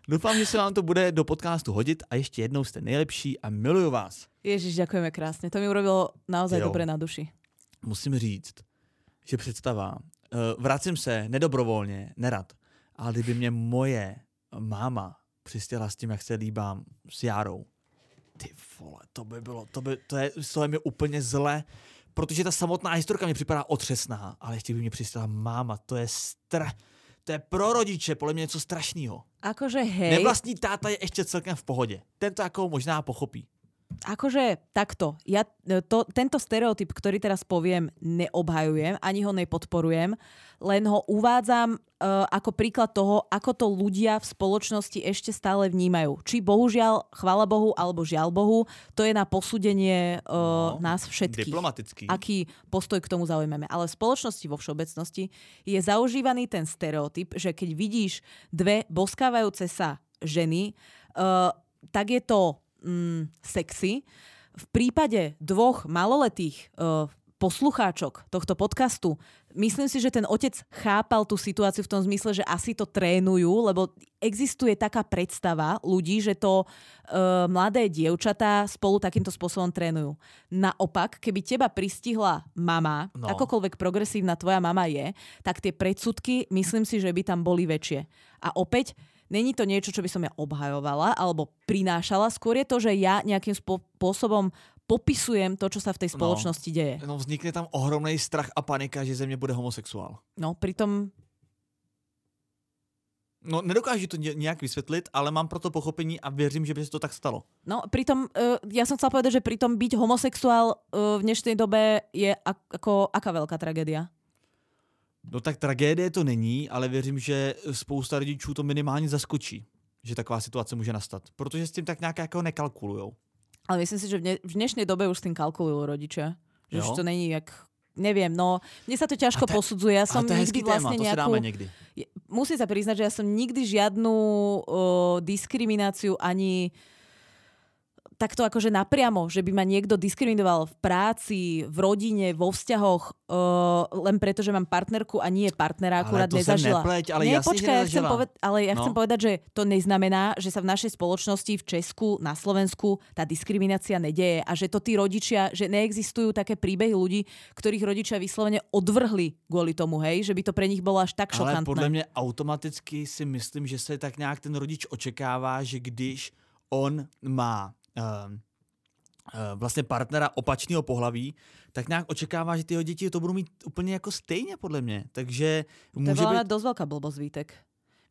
Speaker 1: Doufám, že se vám to bude do podcastu hodit a ještě jednou jste nejlepší a miluju vás.
Speaker 2: Ježiš, ďakujeme krásne. To mi urobilo naozaj
Speaker 1: Jo.
Speaker 2: dobre na duši.
Speaker 1: Musím říct, že představa. eh, Vracím se nedobrovolně, nerad, ale kdyby mě moje máma přistěla s tím, jak se líbám s Járou, ty vole, to by bylo, to, by, to je, to je mi úplně zle, protože ta samotná historka mi připadá otřesná, ale ještě by mě přistěla máma, to je str... To je pro rodiče podle mě něco strašného.
Speaker 2: Akože hej,
Speaker 1: Nevlastní táta je ještě celkem v pohodě. Tento jako možná pochopí.
Speaker 2: akože takto. Ja e, to, tento stereotyp, ktorý teraz poviem, neobhajujem, ani ho nepodporujem, len ho uvádzam uh, ako príklad toho, ako to ľudia v spoločnosti ešte stále vnímajú. Či bohužiaľ, chvála Bohu, alebo žiaľ Bohu, to je na posúdenie uh, no,
Speaker 1: No,
Speaker 2: nás všetkých.
Speaker 1: Diplomatický.
Speaker 2: aký postoj k tomu zaujmeme. Ale v spoločnosti vo všeobecnosti je zaužívaný ten stereotyp, že keď vidíš dve boskávajúce sa ženy, uh, tak je to mm, sexy. V prípade dvoch maloletých uh, poslucháčok tohto podcastu, myslím si, že ten otec chápal tú situáciu v tom zmysle, že asi to trénujú, lebo existuje taká predstava ľudí, že to e, mladé dievčatá spolu takýmto spôsobom trénujú. Naopak, keby teba pristihla mama, no.
Speaker 1: No.
Speaker 2: akokoľvek progresívna tvoja mama je, tak tie predsudky, myslím si, že by tam boli väčšie. A opäť, není to niečo, čo by som ja obhajovala alebo prinášala, skôr je to, že ja nejakým spo- spôsobom popisujem to, čo sa v tej
Speaker 1: No.
Speaker 2: spoločnosti deje.
Speaker 1: No vznikne tam ohromný strach a panika, že ze mě bude homosexuál.
Speaker 2: No, pritom
Speaker 1: No, nedokážu to ně- nějak vysvětlit, ale mám proto pochopení a věřím, že by se to tak stalo.
Speaker 2: No, pritom, uh, ja som chcela povedať, že pritom byť homosexuál uh, v dnešnej dobe je ak- ako aká veľká tragédia.
Speaker 1: No tak tragédie to není, ale věřím, že spousta rodičů to minimálně zaskočí, že taková situace může nastat. Protože s tím tak nějak jako nekalkulujou.
Speaker 2: Ale myslím si, že v, dne- v dnešnej dobe už s tým kalkulujú rodičia. Že
Speaker 1: Jo.
Speaker 2: už to není jak... Neviem, no mne sa to ťažko
Speaker 1: A to je-
Speaker 2: posudzuje. Ja som
Speaker 1: ale to je
Speaker 2: nikdy
Speaker 1: hezký
Speaker 2: vlastne
Speaker 1: téma, to si
Speaker 2: nejakú...
Speaker 1: dáme někdy.
Speaker 2: Je- musím sa priznať, že ja som nikdy žiadnu uh, diskrimináciu ani takto akože napriamo, že by ma niekto diskriminoval v práci, v rodine, vo vzťahoch, uh, len preto, že mám partnerku a nie partnera, akurát
Speaker 1: to sem
Speaker 2: nezažila.
Speaker 1: nepleť, ale
Speaker 2: nie,
Speaker 1: jasne, že
Speaker 2: počkaj, ja chcem
Speaker 1: nezažila.
Speaker 2: poved- ale ja chcem
Speaker 1: No.
Speaker 2: povedať, že to neznamená, že sa v našej spoločnosti v Česku, na Slovensku tá diskriminácia nedeje a že to tí rodičia, že neexistujú také príbehy ľudí, ktorých rodičia vyslovene odvrhli kvôli tomu, hej, že by to pre nich bolo až tak šokantné.
Speaker 1: Ale podle mě automaticky si myslím, že se tak nějak ten rodič očekává, že když on má ehm, eh, vlastně partnera opačného pohlaví, tak nějak očekává, že tyho děti to budou mít úplně jako stejně, podle mě. Takže
Speaker 2: To je
Speaker 1: může
Speaker 2: bola
Speaker 1: být...
Speaker 2: dosť veľká blbosť, Vítek.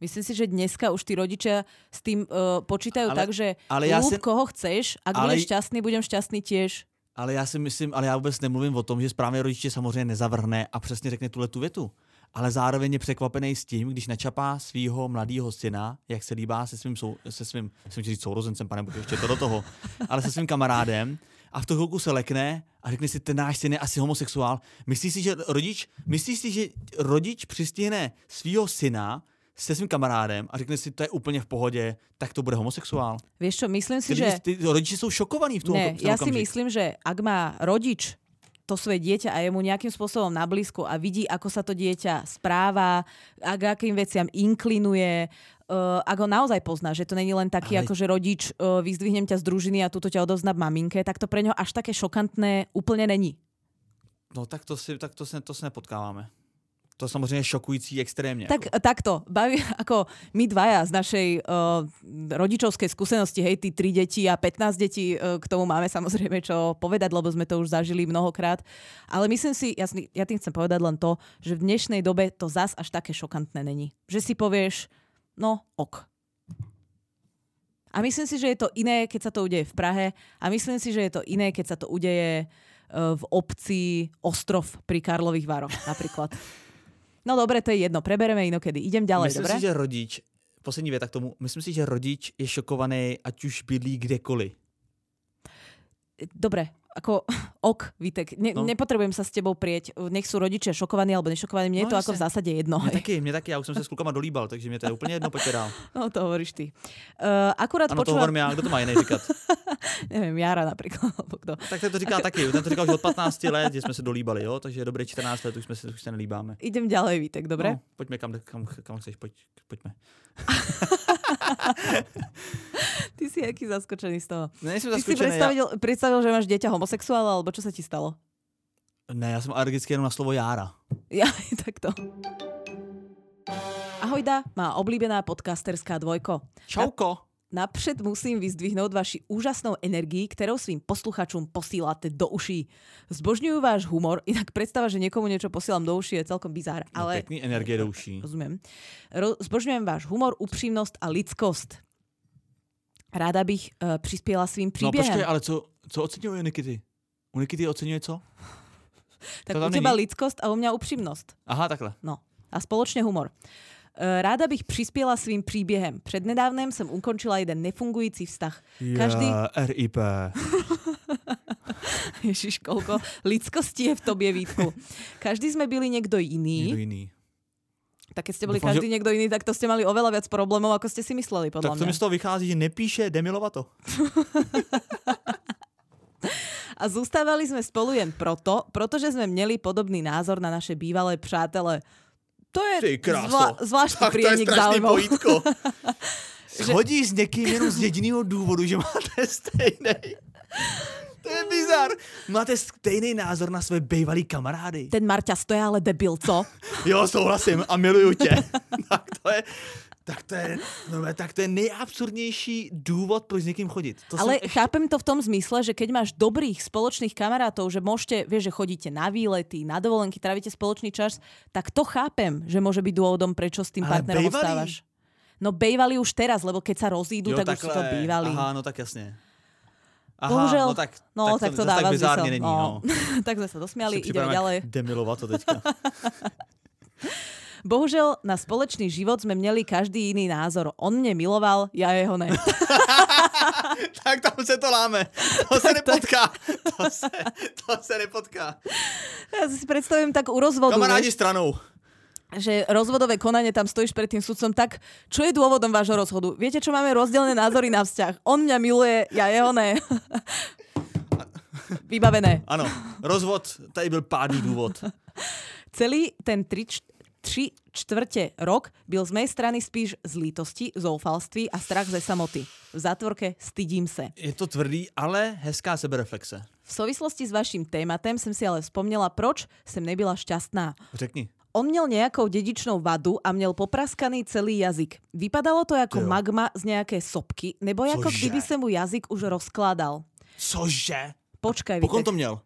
Speaker 2: Myslím si, že dneska už tí rodičia s tým uh, počítajú ale,
Speaker 1: Ale-
Speaker 2: tak, že ale
Speaker 1: ale
Speaker 2: ja
Speaker 1: ja
Speaker 2: lúb,
Speaker 1: si-
Speaker 2: koho chceš, ak ale...
Speaker 1: ale-
Speaker 2: budeš šťastný, budem šťastný tiež.
Speaker 1: Ale já si myslím, ale já vůbec nemluvím o tom, že správný rodič tě samozřejmě nezavrhne a přesně řekne tuhle tu větu. Ale zároveň je překvapený s tím, když načapá svého mladého syna, jak se líbá se svým, sou, se svým jsem říct sourozencem, pane Bože, ještě to do toho, ale se svým kamarádem a v tu chvilku se lekne a řekne si, ten náš syn je asi homosexuál. Myslíš si, že rodič, myslíš si, že rodič přistihne svého syna se svým kamarádem a řekne si, to je úplně v pohodě, tak to bude homosexuál.
Speaker 2: Vieš čo,
Speaker 1: Ty,
Speaker 2: myslím si,
Speaker 1: lidi,
Speaker 2: že...
Speaker 1: ty rodiče jsou šokovaní v tom
Speaker 2: Ne,
Speaker 1: v ten
Speaker 2: ja si
Speaker 1: okamžik.
Speaker 2: myslím, že ak má rodič to svoje dieťa a je mu nejakým spôsobom na blízku a vidí, ako sa to dieťa správa, a k akým veciam inklinuje, uh, ak ho naozaj pozná, že to není len taký,
Speaker 1: Ale-
Speaker 2: ako že rodič uh, vyzdvihnem ťa z družiny a túto ťa odovzdám maminke, tak to pre ňo až také šokantné úplne není.
Speaker 1: No tak to, si, tak to, se, to se nepotkáváme. To je samozřejmě šokující extrémně.
Speaker 2: Tak,
Speaker 1: jako.
Speaker 2: takto, baví, ako my dvaja z našej uh, rodičovskej skúsenosti, hej, tí tri deti a 15 detí, uh, k tomu máme samozrejme čo povedať, lebo sme to už zažili mnohokrát. Ale myslím si, ja, si- ja tým chcem povedať len to, že v dnešnej dobe to zas až také šokantné není. Že si povieš, no ok. A myslím si, že je to iné, keď sa to udeje v Prahe a myslím si, že je to iné, keď sa to udeje eh, v obci Ostrov pri Karlových Vároch napríklad. No dobre, to je jedno, prebereme inokedy. Idem ďalej,
Speaker 1: myslím
Speaker 2: dobre?
Speaker 1: si, že rodič, poslední věta k tomu, myslím si, že rodič je šokovaný, ať už bydlí kdekoliv.
Speaker 2: Dobre, ako ok, Vitek, ne, no.
Speaker 1: No.
Speaker 2: nepotrebujem sa s tebou prieť. Nech sú rodičia šokovaní alebo nešokovaní, mne je
Speaker 1: No,
Speaker 2: to ako v
Speaker 1: jasne.
Speaker 2: zásade jedno.
Speaker 1: Mě
Speaker 2: hej.
Speaker 1: taky, mě taky, já už jsem se s klukama dolíbal, takže mě to je úplně jedno, pojďte dál.
Speaker 2: No to hovoríš ty. Uh, akurát
Speaker 1: Ano, to
Speaker 2: počúvam,
Speaker 1: hovorím já, kdo to má jiný říkat.
Speaker 2: neviem, Jara napríklad, alebo kto.
Speaker 1: Tak ten to říká taky, ten to říkal už od 15 let, že jsme se dolíbali, jo, takže dobré 14 let, už, jsme se, už se nelíbáme.
Speaker 2: Idem ďalej, Vitek, dobre?
Speaker 1: No, pojďme kam, kam, kam chceš, pojď, pojďme.
Speaker 2: Ty si aký zaskočený z toho.
Speaker 1: Nejsem
Speaker 2: Ty si
Speaker 1: No. zaskočený. Já,
Speaker 2: predstavil, predstavil, že máš dieťa homosexuála, alebo čo sa ti stalo?
Speaker 1: ne, já jsem alergický jenom na slovo jára.
Speaker 2: Ja aj takto. Ahojda, má oblíbená podcasterská dvojko.
Speaker 1: Čauko. No,
Speaker 2: Napřed musím vyzdvihnúť vaši úžasnou energii, ktorou svým posluchačům posíláte do uší. Zbožňujú váš humor, inak predstava, že niekomu niečo posielam do uší je celkom bizár,
Speaker 1: No,
Speaker 2: ale
Speaker 1: pěkný energie do uší.
Speaker 2: rozumiem. Ro- zbožňujem váš humor, úprimnosť a lidskosť. Ráda bych uh, prispiela
Speaker 1: No
Speaker 2: svým
Speaker 1: počkej,
Speaker 2: príbehom.
Speaker 1: ale co, co oceňuje u Nikity? U Nikity oceňuje co?
Speaker 2: tak
Speaker 1: to
Speaker 2: u
Speaker 1: tam
Speaker 2: teba
Speaker 1: není?
Speaker 2: lidskosť a u mňa úprimnosť.
Speaker 1: Aha, takhle.
Speaker 2: a spoločne humor. E, Ráda bych prispiela svým príběhem. Prednedávnem som ukončila jeden nefungující vztah. Každý-
Speaker 1: Je, RIP.
Speaker 2: Ježiš, koľko lidskosti je v tobie, Vítku. Každý sme byli niekto
Speaker 1: Nikdo
Speaker 2: iný.
Speaker 1: jiný.
Speaker 2: Tak keď ste boli
Speaker 1: Dúfam,
Speaker 2: každý niekto iný, tak to ste mali oveľa viac problémov, ako ste si mysleli, podľa
Speaker 1: Tak to
Speaker 2: mňa.
Speaker 1: mi z toho vychází, že nepíše Demilovato.
Speaker 2: A zostávali sme spolu jen proto, pretože sme mali podobný názor na naše bývalé přátele. To je
Speaker 1: Ty kráso.
Speaker 2: zvla- zvláštny prienik záujmov.
Speaker 1: pojítko. Schodí s někým jenom z jediného důvodu, že máte stejný. To je bizar. Máte stejný názor na své bývalý kamarády.
Speaker 2: Ten Marťas, to je ale debil, co?
Speaker 1: Jo, souhlasím a miluju tě. tak to je, tak to je, no, tak to je nejabsurdnější důvod, proč s někým chodit. To
Speaker 2: Ale
Speaker 1: jsem-
Speaker 2: chápem to v tom zmysle, že keď máš dobrých spoločných kamarátov, že môžete, vieš, že chodíte na výlety, na dovolenky, trávite spoločný čas, tak to chápem, že môže byť dôvodom, prečo s tým
Speaker 1: Ale
Speaker 2: partnerom
Speaker 1: bejvalí?
Speaker 2: ostávaš. No bejvali už teraz, lebo keď sa rozídu, tak už sú to
Speaker 1: takhle.
Speaker 2: bývali.
Speaker 1: Aha, no tak jasně. Aha,
Speaker 2: Bohužel,
Speaker 1: no tak,
Speaker 2: no, tak to,
Speaker 1: zas
Speaker 2: dáva
Speaker 1: tak
Speaker 2: zmysel.
Speaker 1: bizárně není, no.
Speaker 2: tak sme sa dosmiali,
Speaker 1: Si
Speaker 2: ideme
Speaker 1: připadám jak
Speaker 2: ďalej.
Speaker 1: Demilova to teďka.
Speaker 2: Bohužel na spoločný život sme mali každý iný názor. On mne miloval, ja jeho ne.
Speaker 1: tak tam se to láme. To se nepotká. To se, to se nepotká.
Speaker 2: Ja si predstavujem tak u rozvodu.
Speaker 1: Kamarádi
Speaker 2: vieš.
Speaker 1: stranou.
Speaker 2: že rozvodové konanie tam stojíš pred tým sudcom, tak čo je dôvodom vášho rozhodu? Viete, čo máme rozdielne názory na vzťah? On mňa miluje, ja jeho ne. Vybavené.
Speaker 1: Ano, rozvod, tady byl pádný důvod.
Speaker 2: Celý ten tri, č- tri čtvrte rok byl z mojej strany spíš z lítosti, zoufalství a strach ze samoty. V zátvorke stydím se.
Speaker 1: Je to tvrdý, ale hezká sebereflexe.
Speaker 2: V souvislosti s vaším tématem som si ale vzpomněla, proč som nebyla šťastná.
Speaker 1: Řekni.
Speaker 2: On měl nejakou dedičnou vadu a měl popraskaný celý jazyk. Vypadalo to ako
Speaker 1: Jo.
Speaker 2: magma z nejaké sopky, nebo ako
Speaker 1: Cože?
Speaker 2: kdyby sa mu jazyk už rozkládal.
Speaker 1: Cože?
Speaker 2: Počkaj,
Speaker 1: Po kom to
Speaker 2: Vitek,
Speaker 1: měl?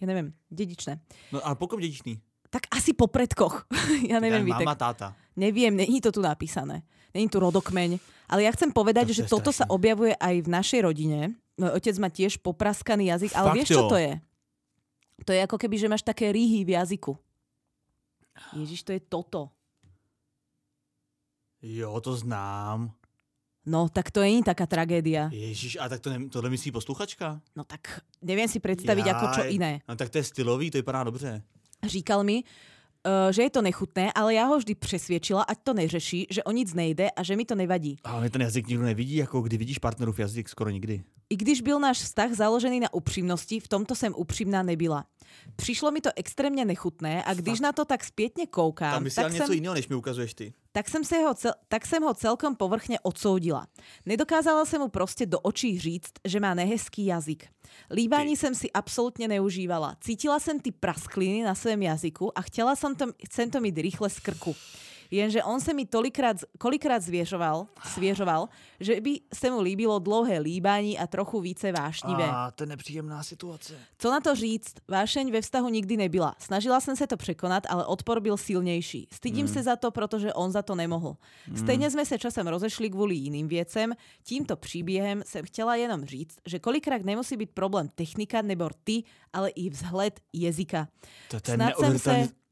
Speaker 2: ja neviem, dedičné.
Speaker 1: No a po kom dědičný?
Speaker 2: Tak asi po predkoch. ja neviem, Vitek.
Speaker 1: Máma, táta.
Speaker 2: Neviem, není to tu napísané. Není tu rodokmeň. Ale ja chcem povedať,
Speaker 1: To- to
Speaker 2: že
Speaker 1: je
Speaker 2: toto sa
Speaker 1: strašné.
Speaker 2: objavuje aj v našej rodine. Môj otec má tiež popraskaný jazyk, ale
Speaker 1: Fakt
Speaker 2: vieš,
Speaker 1: jo?
Speaker 2: čo to je? To je ako keby, že máš také rýhy v jazyku. Ježiš, to je toto.
Speaker 1: Jo, to znám.
Speaker 2: No, tak to není taká tragédia.
Speaker 1: Ježíš, a tak to ne, tohle myslí posluchačka?
Speaker 2: No tak neviem si predstaviť ako čo
Speaker 1: Jaj.
Speaker 2: iné.
Speaker 1: No tak to je stylový, to vypadá dobře.
Speaker 2: Říkal mi, eh, že je to nechutné, ale ja ho vždy presviečila, ať to neřeší, že o nic nejde a že mi to nevadí.
Speaker 1: Ale mě ten jazyk nikdo nevidí, jako kdy vidíš partnerův jazyk, skoro nikdy.
Speaker 2: I když byl náš vztah založený na upřímnosti, v tomto jsem upřímná nebyla. Přišlo mi to extrémně nechutné a když na to tak zpětně
Speaker 1: Tam
Speaker 2: koukám,
Speaker 1: myslel
Speaker 2: tak
Speaker 1: něco
Speaker 2: jsem,
Speaker 1: jiného, než mi ukazuješ ty.
Speaker 2: tak, jsem se ho cel, tak jsem ho celkom povrchně odsoudila. Nedokázala jsem mu prostě do očí říct, že má nehezký jazyk. Líbání jsem si absolutně neužívala. Cítila jsem ty praskliny na svém jazyku a chtěla jsem to, chcem to mít rychle z krku. Jenže on se mi tolikrát, kolikrát zviežoval, sviežoval, že by se mu líbilo dlouhé líbání a trochu více vášnivé.
Speaker 1: to je nepříjemná situace.
Speaker 2: Co na to říct? Vášeň ve vztahu nikdy nebyla. Snažila jsem se to překonat, ale odpor byl silnější.
Speaker 1: Mm.
Speaker 2: Stydím se za to, protože on za to nemohl. Stejně jsme se časem rozešli kvůli jiným věcem. Tímto příběhem jsem chtěla jenom říct, že kolikrát nemusí být problém technika nebo ty, ale i vzhled jazyka.
Speaker 1: To, to je
Speaker 2: Snad jsem se,
Speaker 1: neuvěřitelný...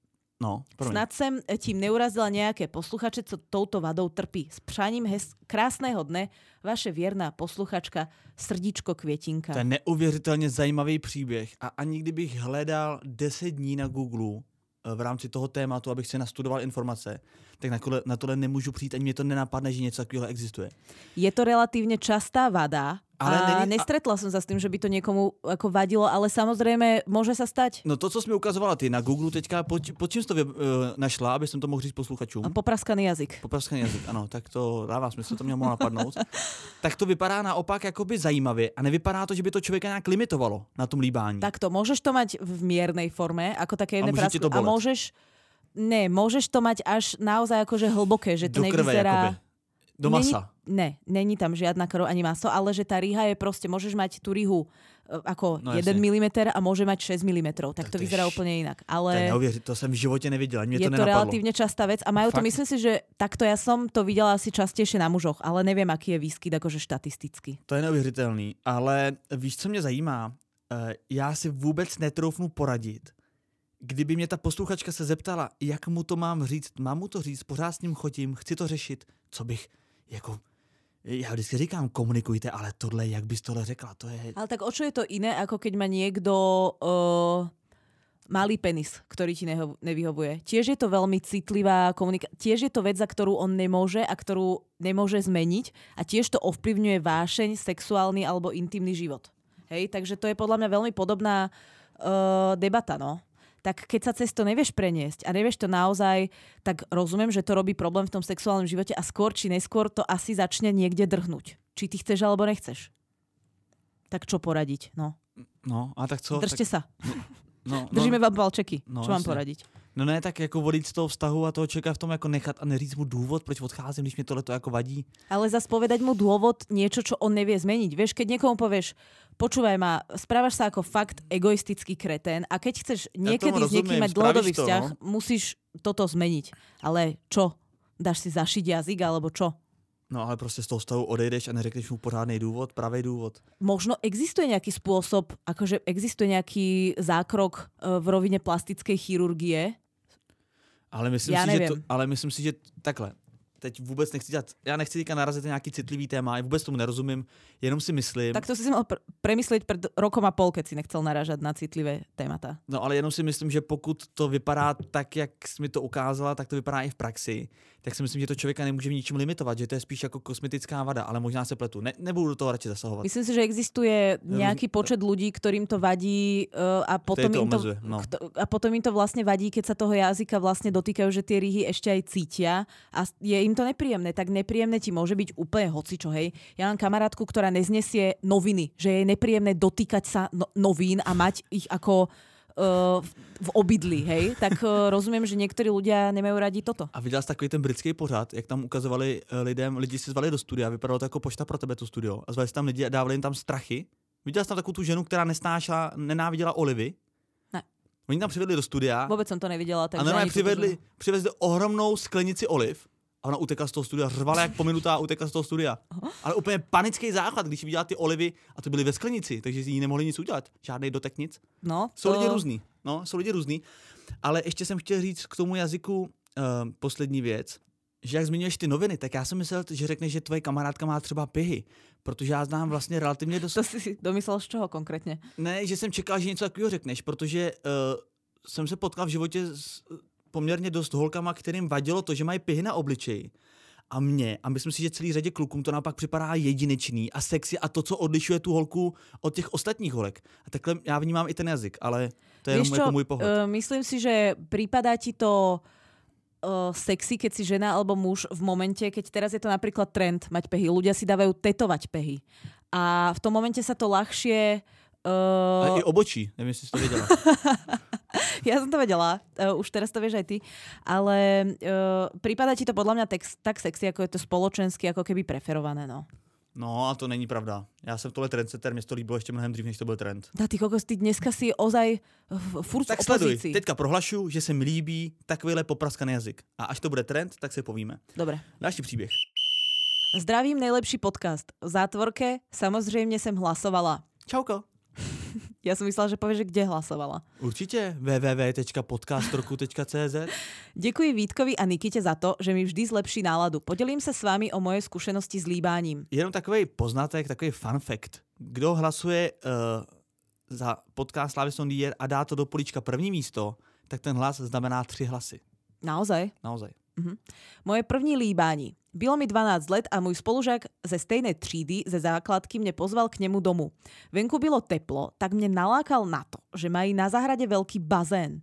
Speaker 1: No, promiň.
Speaker 2: snad jsem tím neurazila nějaké posluchače, co touto vadou trpí. S přáním hez, krásného dne, vaše věrná posluchačka, srdíčko květinka.
Speaker 1: To je neuvěřitelně zajímavý příběh a ani kdybych hledal 10 dní na Google eh, v rámci toho tématu, abych si nastudoval informace, tak na, kole, na tohle nemůžu přijít, ani mě to nenapadne, že něco takového existuje.
Speaker 2: Je to relatívne častá vada. Ale
Speaker 1: Ale
Speaker 2: a
Speaker 1: není-
Speaker 2: nestretla som sa s tým, že by to niekomu ako vadilo, ale samozrejme môže sa stať.
Speaker 1: No to, co jsi mi ukazovala ty na Google teďka, pod, pod čím jsi to vy, uh, našla, aby jsem to mohl říct posluchačům?
Speaker 2: A popraskaný jazyk.
Speaker 1: Popraskaný jazyk, ano, tak to dává smysl, to mě mohlo napadnout. tak to vypadá naopak jakoby zajímavě a nevypadá to, že by to člověka nějak limitovalo na tom líbání.
Speaker 2: Takto, môžeš to mať v miernej forme, ako
Speaker 1: A
Speaker 2: také jemné
Speaker 1: môže ti
Speaker 2: prasklo-
Speaker 1: to
Speaker 2: A
Speaker 1: boleť.
Speaker 2: môžeš, ne, môžeš to mať až naozaj akože hlboké, že to
Speaker 1: do krve, jakoby.
Speaker 2: nevyzerá...
Speaker 1: Do masa.
Speaker 2: Není, ne, není tam žiadna krv ani maso, ale že tá rýha je proste, môžeš mať tú rýhu e, ako
Speaker 1: No
Speaker 2: 1
Speaker 1: jasne.
Speaker 2: mm a môže mať 6 mm, tak,
Speaker 1: Tak
Speaker 2: to
Speaker 1: to je
Speaker 2: vyzerá
Speaker 1: š-
Speaker 2: úplne inak.
Speaker 1: To je
Speaker 2: Ale...
Speaker 1: neuvěřit, to jsem v životě neviděl, ani mě
Speaker 2: je
Speaker 1: to
Speaker 2: to,
Speaker 1: nenapadlo.
Speaker 2: relatívne častá vec a majú to,
Speaker 1: Fakt?
Speaker 2: myslím si, že takto ja som to videla asi častejšie na mužoch, ale neviem, aký je výskyt akože štatisticky.
Speaker 1: To je neuvěřitelný, ale víš, co mě zajímá? Eh, Já si vůbec netroufnu poradit. Kdyby mě ta posluchačka se zeptala, jak mu to mám říct, mám mu to říct, pořád s ním chodím, chci to řešit, co bych, jako, já vždycky říkám, komunikujte, ale tohle, jak bys tohle řekla, to je...
Speaker 2: Ale tak o čo je to iné, ako keď má niekto uh, malý penis, ktorý ti neho- nevyhovuje. Tiež je to veľmi citlivá komunikácia, tiež je to vec, za ktorú on nemôže a ktorú nemôže zmeniť a tiež to ovplyvňuje vášeň, sexuálny alebo intimný život. Hej, takže to je podľa mňa veľmi podobná uh, debata, no. tak keď sa cez to nevieš preniesť a nevieš to naozaj, tak rozumiem, že to robí problém v tom sexuálnom živote a skôr či neskôr to asi začne niekde drhnúť. Či ty chceš alebo nechceš. Tak čo poradiť? No.
Speaker 1: No, a tak co?
Speaker 2: Držte
Speaker 1: tak,
Speaker 2: sa.
Speaker 1: no, no,
Speaker 2: Držíme vám palčeky.
Speaker 1: no,
Speaker 2: čo mám
Speaker 1: jasne.
Speaker 2: poradiť?
Speaker 1: no, ne, tak jako vodit z toho vztahu a toho člověka v tom jako nechat a neříct mu důvod, proč odcházím, když mě tohle to jako vadí.
Speaker 2: Ale zas povedať mu dôvod niečo, čo on nevie zmeniť. Vieš, keď niekomu povieš, počúvaj ma, správaš sa ako fakt egoistický kretén a keď chceš
Speaker 1: Ja
Speaker 2: niekedy
Speaker 1: tomu
Speaker 2: s niekým
Speaker 1: rozumiem,
Speaker 2: mať dlhodobý
Speaker 1: spravíš to, no.
Speaker 2: vzťah, musíš toto zmeniť. Ale čo? Dáš si zašiť jazyk alebo čo?
Speaker 1: No ale prostě z toho vztahu odejdeš a neřekneš mu pořádný důvod, pravý důvod.
Speaker 2: možno existuje nejaký spôsob, akože existuje nejaký zákrok e, v rovine plastickej chirurgie.
Speaker 1: Ale myslím,
Speaker 2: Já
Speaker 1: si, že to,
Speaker 2: nevím.
Speaker 1: ale myslím si, že takhle. teď vůbec nechci dělat, já nechci teďka narazit na nějaký citlivý téma, já vůbec tomu nerozumím, jenom si myslím,
Speaker 2: Tak to si si mal pr- premyslieť pred rokom a pol, keď si nechcel naražať na citlivé témata.
Speaker 1: no ale jenom si myslím, že pokud to vypadá tak, jak jsi mi to ukázala, tak to vypadá i v praxi, tak si myslím, že to člověka nemůže v ničem limitovat, že to je spíš jako kosmetická vada, ale možná se pletu. Ne, nebudu do toho radši zasahovat.
Speaker 2: Myslím si, že existuje nejaký počet ľudí, ktorým to vadí eh, a potom,
Speaker 1: to
Speaker 2: im to,
Speaker 1: omezuje, no.
Speaker 2: kto- a potom im to vlastne vadí, keď sa toho jazyka vlastne dotýkajú, že tie ryhy ešte aj cítia a s- je im to nepríjemné. Tak nepríjemné ti môže byť úplne hocičo, hej. Ja mám kamarátku, ktorá neznesie noviny, že je nepríjemné dotýkať sa no- novín a mať ich ako eh, v- v obidli, hej. Tak eh, rozumiem, že niektorí ľudia nemajú radi toto.
Speaker 1: A viděl jsi takový ten britský pořad, jak tam ukazovali eh, lidem, lidi si zvali do studia, vypadalo to jako pošta pro tebe to studio. A zvali si tam lidi a dávali jim tam strachy. Viděl jsi tam takovou tu ženu, která nesnášela, nenáviděla olivy?
Speaker 2: Ne.
Speaker 1: Oni tam přivedli do studia
Speaker 2: Vôbec som to nevidela.
Speaker 1: a
Speaker 2: Takže
Speaker 1: normálně
Speaker 2: ani toto, že-
Speaker 1: přivedli, přivezli ohromnou sklenici oliv. A ona utekla z toho studia, řvala jak pominutá, a utekla z toho studia. Ale úplně panický záchvat, když viděla ty olivy a to byly ve sklenici, takže si jí nemohli nic udělat. Žádný dotek, nic.
Speaker 2: No,
Speaker 1: Jsou lidi
Speaker 2: to-
Speaker 1: různý, no, jsou lidi různý. Ale ještě jsem chtěl říct k tomu jazyku uh, poslední věc, že jak zmiňuješ ty noviny, tak já jsem myslel, že řekneš, že tvoje kamarádka má třeba pihy, protože já znám vlastně relativně dost...
Speaker 2: To si si domyslel z čoho konkrétne?
Speaker 1: Ne, že jsem čekal, že něco takového řekneš, protože uh, jsem se potkal v životě s eh, poměrně dost holkama, kterým vadilo to, že mají pihy na obličeji. A mě, a myslím si, že celý řadě klukům to naopak připadá jedinečný a sexy a to, co odlišuje tu holku od těch ostatních holek. A takhle já vnímám i ten jazyk, ale to je jenom jako můj pohled.
Speaker 2: eh, myslím si, že prípada ti to uh, sexy, keď si žena alebo muž v momente, keď teraz je to napríklad trend mať pehy. Ľudia si dávajú tetovať pehy. A v tom momente sa to ľahšie...
Speaker 1: A
Speaker 2: Uh,
Speaker 1: i obočí, nevím, jestli jsi to věděla.
Speaker 2: ja som to vedela, uh, už teraz to vieš aj ty, ale uh, prípada ti to podľa mňa tex, tak sexy, ako je to spoločensky, ako keby preferované. No.
Speaker 1: No a to není pravda. Já jsem tohle trendsetter, mně se to líbilo ještě mnohem dřív, než to byl trend.
Speaker 2: Tá, ty kokos, ty dneska si ozaj uh, furt
Speaker 1: Tak
Speaker 2: v
Speaker 1: sleduj,
Speaker 2: opozícii.
Speaker 1: teďka prohlašu, že se mi líbí takovýhle popraskaný jazyk. A až to bude trend, tak si povíme.
Speaker 2: Dobre.
Speaker 1: Další příběh.
Speaker 2: Zdravím nejlepší podcast. V zátvorke samozrejme som hlasovala.
Speaker 1: Čauko.
Speaker 2: Ja som myslela, že povie, že kde hlasovala.
Speaker 1: Určitě www.podcastroku.cz
Speaker 2: Ďakujem Vítkovi a Nikite za to, že mi vždy zlepší náladu. Podelím sa s vami o moje skúsenosti s líbáním.
Speaker 1: Jenom takový poznatek, takový fun fact. Kdo hlasuje uh, za podcast Slávy Sondier a dá to do políčka první místo, tak ten hlas znamená tři hlasy.
Speaker 2: Naozaj?
Speaker 1: Naozaj.
Speaker 2: Moje první líbání. Bylo mi 12 let a můj spolužák ze stejné třídy ze základky mě pozval k němu domu. Venku bylo teplo, tak mě nalákal na to, že mají na zahradě velký bazén.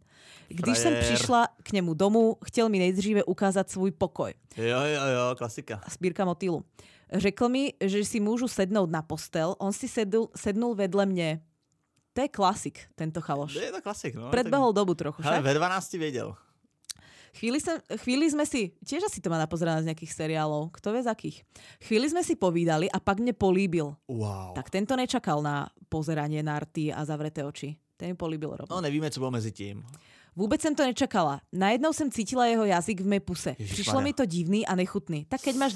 Speaker 2: Když jsem
Speaker 1: Frajer.
Speaker 2: přišla k němu domů, chtěl mi nejdříve ukázat svůj pokoj.
Speaker 1: Jo, jo, jo, klasika.
Speaker 2: Sbírka motýlu. Řekl mi, že si môžu sednúť na postel. On si sedl, sednul vedle mne. To je klasik, tento
Speaker 1: To
Speaker 2: chaloš.
Speaker 1: je to klasik, no.
Speaker 2: Predbehol dobu trochu,
Speaker 1: Ale
Speaker 2: však?
Speaker 1: ve 12 věděl.
Speaker 2: Chvíli, sem, chvíli sme si, tiež asi to má napozerané z nejakých seriálov, kto vie z akých. Chvíli sme si povídali a pak mne políbil.
Speaker 1: Wow.
Speaker 2: Tak tento nečakal na pozeranie na rty a zavreté oči. Ten mi políbil Robo.
Speaker 1: No nevíme, co bylo mezi tím.
Speaker 2: Vôbec som to nečakala. Najednou som cítila jeho jazyk v mej puse.
Speaker 1: Ježišmarja.
Speaker 2: Prišlo mi to divný a nechutný. Tak keď máš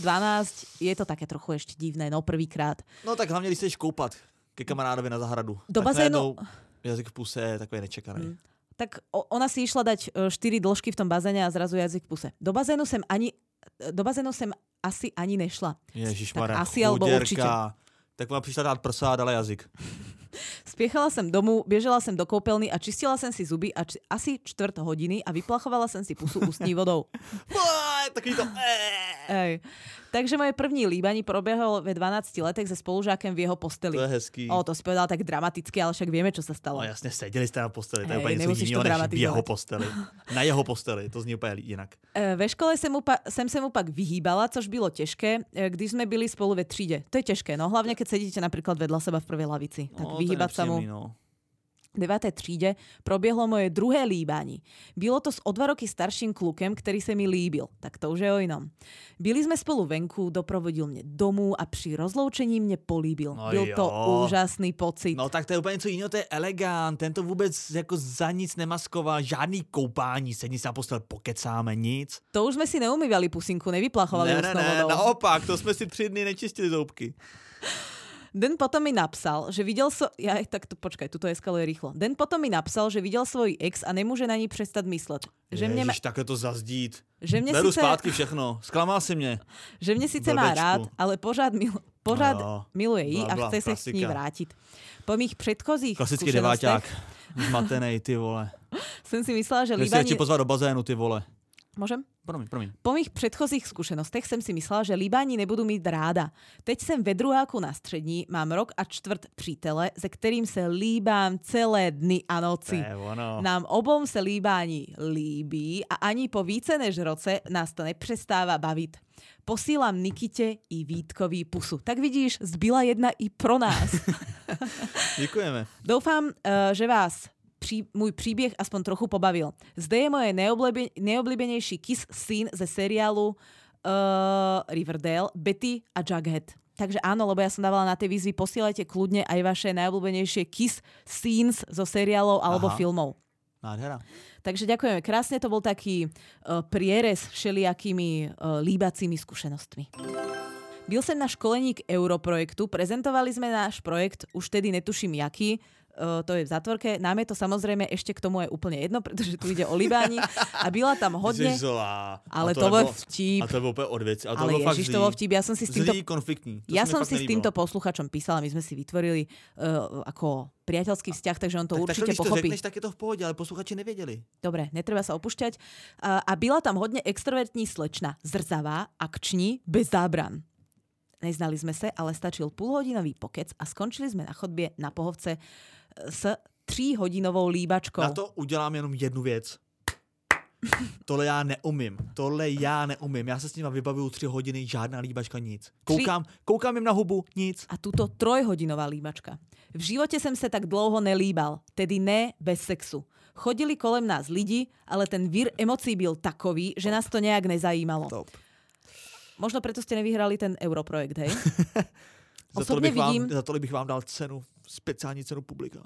Speaker 2: 12, je to také trochu ešte divné, no prvýkrát.
Speaker 1: No tak hlavně, když se jdeš koupat ke kamarádovi na zahradu.
Speaker 2: Do
Speaker 1: tak
Speaker 2: bazénu-
Speaker 1: najednou Jazyk v puse je takový nečekaný. Hmm.
Speaker 2: tak o- ona si išla dať 4 dĺžky v tom bazéne a zrazu jazyk v puse. Do bazénu sem ani, e, do bazénu sem asi ani nešla.
Speaker 1: Ježíš
Speaker 2: Tak asi alebo určitě.
Speaker 1: Tak vám přišla dát prsa a dala jazyk.
Speaker 2: Spiechala sem domu, biežela sem do koupelny a čistila sem si zuby a či, asi čtvrt hodiny a vyplachovala sem si pusu ústní vodou.
Speaker 1: Uá, Takový to... eh.
Speaker 2: Ej. Takže moje první líbanie prebehol ve 12 letech se spolužákem v jeho posteli.
Speaker 1: To je hezký.
Speaker 2: O, to si povedala tak dramaticky, ale však vieme, čo sa stalo.
Speaker 1: No jasně, seděli jste na posteli, to je
Speaker 2: Hej,
Speaker 1: úplně něco
Speaker 2: nemusíš to
Speaker 1: jiného než v jeho
Speaker 2: dramatizovat.
Speaker 1: posteli. Na jeho posteli, to zní úplně jinak.
Speaker 2: E, Ve škole sem, upa- sem sem upak vyhýbala, což bylo těžké, e, když jsme byli spolu ve tříde. To je těžké, no hlavně keď sedíte například vedla seba v prvej lavici. Tak
Speaker 1: No, to je
Speaker 2: vyhýbať sa mu.
Speaker 1: nepříjemný, No.
Speaker 2: V 9. tříde probiehlo moje druhé líbání. Bylo to s o dva roky starším klukem, ktorý sa mi líbil. Tak to už je o inom. Byli sme spolu venku, doprovodil mne domu a pri rozloučení mne políbil.
Speaker 1: No
Speaker 2: Byl to
Speaker 1: jo.
Speaker 2: úžasný pocit.
Speaker 1: no tak to je úplně něco jiného, to je elegant, ten to vůbec jako za nic nemaskoval, žádný koupání, sedni se na postel, pokecáme, nic.
Speaker 2: To už sme si neumývali pusinku, nevyplachovali
Speaker 1: Ne, ne,
Speaker 2: ústnou
Speaker 1: ne,
Speaker 2: vodou.
Speaker 1: naopak, to jsme si tři dny nečistili zoubky.
Speaker 2: Den potom mi napsal, že videl so... Ja, tak to, počkaj, tuto eskaluje rýchlo. Den potom mi napsal, že videl svoj ex a nemôže na ní přestat myslet. Že mne, ma-
Speaker 1: Ježiš, takhle to zazdít.
Speaker 2: že mne
Speaker 1: Beru
Speaker 2: síce,
Speaker 1: zpátky všechno. Zklamal si mě.
Speaker 2: že mne síce má
Speaker 1: blbečku.
Speaker 2: rád, ale pořád, mil, pořád
Speaker 1: No,
Speaker 2: miluje ji
Speaker 1: bla,
Speaker 2: a
Speaker 1: bla,
Speaker 2: chce se k ní
Speaker 1: klasika.
Speaker 2: vrátit. Po mých předchozích
Speaker 1: Klasický
Speaker 2: zkušenostech
Speaker 1: deváťák. Zmatenej, ty vole.
Speaker 2: som si myslela, že
Speaker 1: Nechci
Speaker 2: líbanie...
Speaker 1: ti pozvat do bazénu, ty vole.
Speaker 2: Môžem?
Speaker 1: Promiň, promiň.
Speaker 2: Po mých předchozích zkušenostech jsem si myslela, že Líbáni nebudu mít ráda. Teď jsem ve druháku na střední, mám rok a čtvrt přítele, se kterým se líbám celé dny a
Speaker 1: To
Speaker 2: noci.
Speaker 1: je ono.
Speaker 2: Nám obom se líbání líbí a ani po více než roce nás to nepřestává bavit. Posílám Nikitě i Vítkový pusu. Tak vidíš, zbyla jedna i pro nás.
Speaker 1: Děkujeme.
Speaker 2: Doufám, eh, že vás prí, môj príbeh aspoň trochu pobavil. Zde je moje neoblebe, neobľúbenejší kiss scene ze seriálu uh, Riverdale, Betty a Jughead. Takže áno, lebo ja som dávala na tie výzvy, posielajte kľudne aj vaše najobľúbenejšie kiss scenes zo seriálov alebo
Speaker 1: Aha.
Speaker 2: filmov.
Speaker 1: Nádhera.
Speaker 2: Takže ďakujeme krásne, to bol taký uh, prierez všelijakými uh, líbacími skúsenostmi. Byl som na školení k Europrojektu, prezentovali sme náš projekt, už tedy netuším jaký, Uh, to je v zatvorke. Nám je to samozrejme ešte k tomu je úplne jedno, pretože tu ide o Libáni a byla tam hodne,
Speaker 1: Jsi zlá.
Speaker 2: ale
Speaker 1: A
Speaker 2: to bol
Speaker 1: nebylo-
Speaker 2: vtip.
Speaker 1: A to bylo úplně od věci. A to
Speaker 2: Ale
Speaker 1: bylo fakt
Speaker 2: ježiš,
Speaker 1: zlý.
Speaker 2: to bol vtip, ja som si s týmto
Speaker 1: Zlý, konfliktní. To
Speaker 2: ja
Speaker 1: se mi
Speaker 2: som
Speaker 1: fakt
Speaker 2: si s
Speaker 1: nelíbilo.
Speaker 2: týmto posluchačom písala, my sme si vytvorili uh, ako priateľský vzťah, takže on to
Speaker 1: tak,
Speaker 2: určite
Speaker 1: tak, to, když to
Speaker 2: pochopí.
Speaker 1: řekneš, tak je to v pohodě, ale posluchači nevěděli.
Speaker 2: Dobre, netreba sa opušťať. A, a byla tam hodne extrovertní slečna, zrzavá, akční, bez zábran. Neznali sme sa, ale stačil polhodinový pokec a skončili sme na chodbie na pohovce e, s tříhodinovou líbačkou.
Speaker 1: Na to udělám jenom jednu věc. Tohle já neumím. Tohle já neumím. Já se s nima vybavuju tři hodiny, žádná líbačka, nic. Koukám, koukám jim na hubu, nic.
Speaker 2: A túto trojhodinová líbačka. V živote som sa tak dlouho nelíbal, tedy ne bez sexu. Chodili kolem nás lidi, ale ten vír emócií byl takový, že nás to nejak nezajímalo.
Speaker 1: Top.
Speaker 2: Možno preto ste nevyhrali ten europrojekt, hej?
Speaker 1: Za tohle,
Speaker 2: Osobně
Speaker 1: bych vám,
Speaker 2: vidím- Mm.
Speaker 1: za tohle bych vám dal cenu, speciální cenu publika.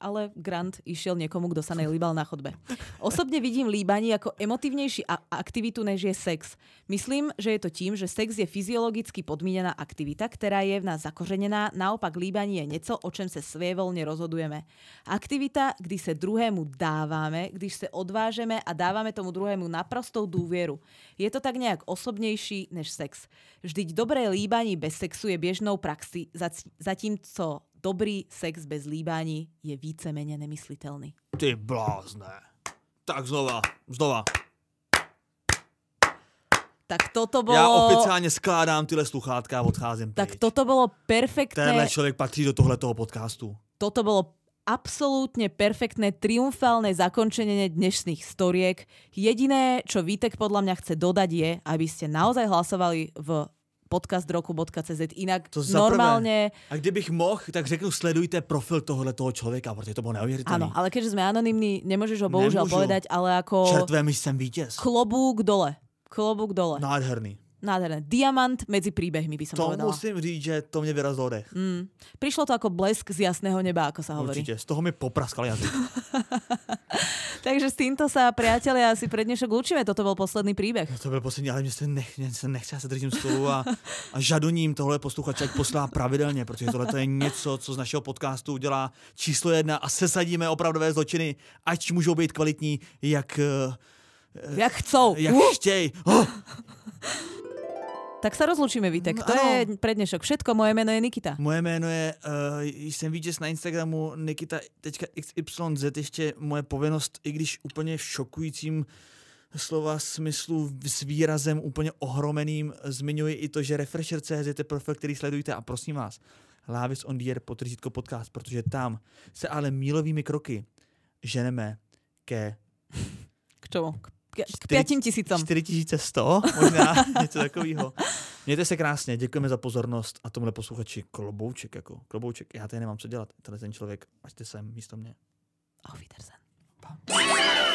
Speaker 2: ale Grant išiel niekomu, kto sa nelíbal na chodbe. Osobne vidím líbanie ako emotívnejší a- aktivitu, než je sex. Myslím, že je to tým, že sex je fyziologicky podmienená aktivita, ktorá je v nás zakořenená, naopak líbanie je niečo, o čem sa svievolne rozhodujeme. Aktivita, kdy sa druhému dávame, když sa odvážeme a dávame tomu druhému naprostou dôvieru. Je to tak nejak osobnejší než sex. Vždyť dobré líbanie bez sexu je bežnou praxi, zac- zatímco dobrý sex bez líbání je vícemene nemysliteľný.
Speaker 1: Ty blázne. Tak znova, znova.
Speaker 2: Tak toto bolo...
Speaker 1: Já oficiálně skládám tyhle sluchátka a odcházím
Speaker 2: tak
Speaker 1: pryč.
Speaker 2: toto bolo
Speaker 1: Tenhle
Speaker 2: perfektné,
Speaker 1: člověk patří do tohletoho podcastu.
Speaker 2: toto bolo absolútne perfektné, triumfálne zakončenie dnešných storiek. Jediné, čo Vítek podľa mňa chce dodať je, aby ste naozaj hlasovali v podcastroku.cz. Inak
Speaker 1: To za prvé.
Speaker 2: normálne...
Speaker 1: A kdybych mohl, tak řeknu, sledujte profil tohletoho člověka, protože to bylo neuvěřitelné.
Speaker 2: Áno, ale keďže sme anonimní, nemôžeš ho bohužiaľ
Speaker 1: Nemôžu.
Speaker 2: povedať, ale ako...
Speaker 1: Čertvé myš jsem vítěz.
Speaker 2: Klobúk dole. Klobúk dole. No.
Speaker 1: Nádherný.
Speaker 2: Nádherné. Diamant medzi príbehmi by som
Speaker 1: To
Speaker 2: povedala.
Speaker 1: musím říct, že to mě vyrazilo dech.
Speaker 2: Prišlo to ako blesk z jasného neba, ako sa hovorí. Určite.
Speaker 1: Určitě, z toho mi popraskal jazyk.
Speaker 2: Takže s týmto sa, priatelia, asi pre dnešok lúčime. Toto bol posledný príbeh.
Speaker 1: To byl poslední, ale mě se, nech, mě se nechce, já se držím stolu a, a žadoním tohle posluchače ať poslá pravidelně, protože tohle to je něco, co z našeho podcastu udělá číslo jedna a sesadíme opravdové zločiny, ať můžou být kvalitní, jak, eh,
Speaker 2: Jak chcou.
Speaker 1: jak
Speaker 2: Uh!
Speaker 1: chtěj. Oh,
Speaker 2: Tak sa rozlúčime, Vitek. To
Speaker 1: Áno.
Speaker 2: je pre dnešok všetko. Moje meno je Nikita.
Speaker 1: moje jméno je, uh, jsem vítěz na Instagramu nikita.xyz, ještě moje povinnost, i když úplně v šokujícím slova smyslu s výrazem úplně ohromeným zmiňuji i to, že Refresher.cz je profil, který sledujte a prosím vás, Lávis on the air potržítko podcast, protože tam se ale mílovými kroky ženeme ke
Speaker 2: K čomu? K, k, k
Speaker 1: Štyri-
Speaker 2: 5 tisícom.
Speaker 1: 4100, možná něco takového. Mějte se krásně, děkujeme za pozornost a tomhle posluchači klobouček, jako klobouček. Já tady nemám co dělat, tenhle ten člověk, až jste sem místo mě.
Speaker 2: Auf Wiedersehen.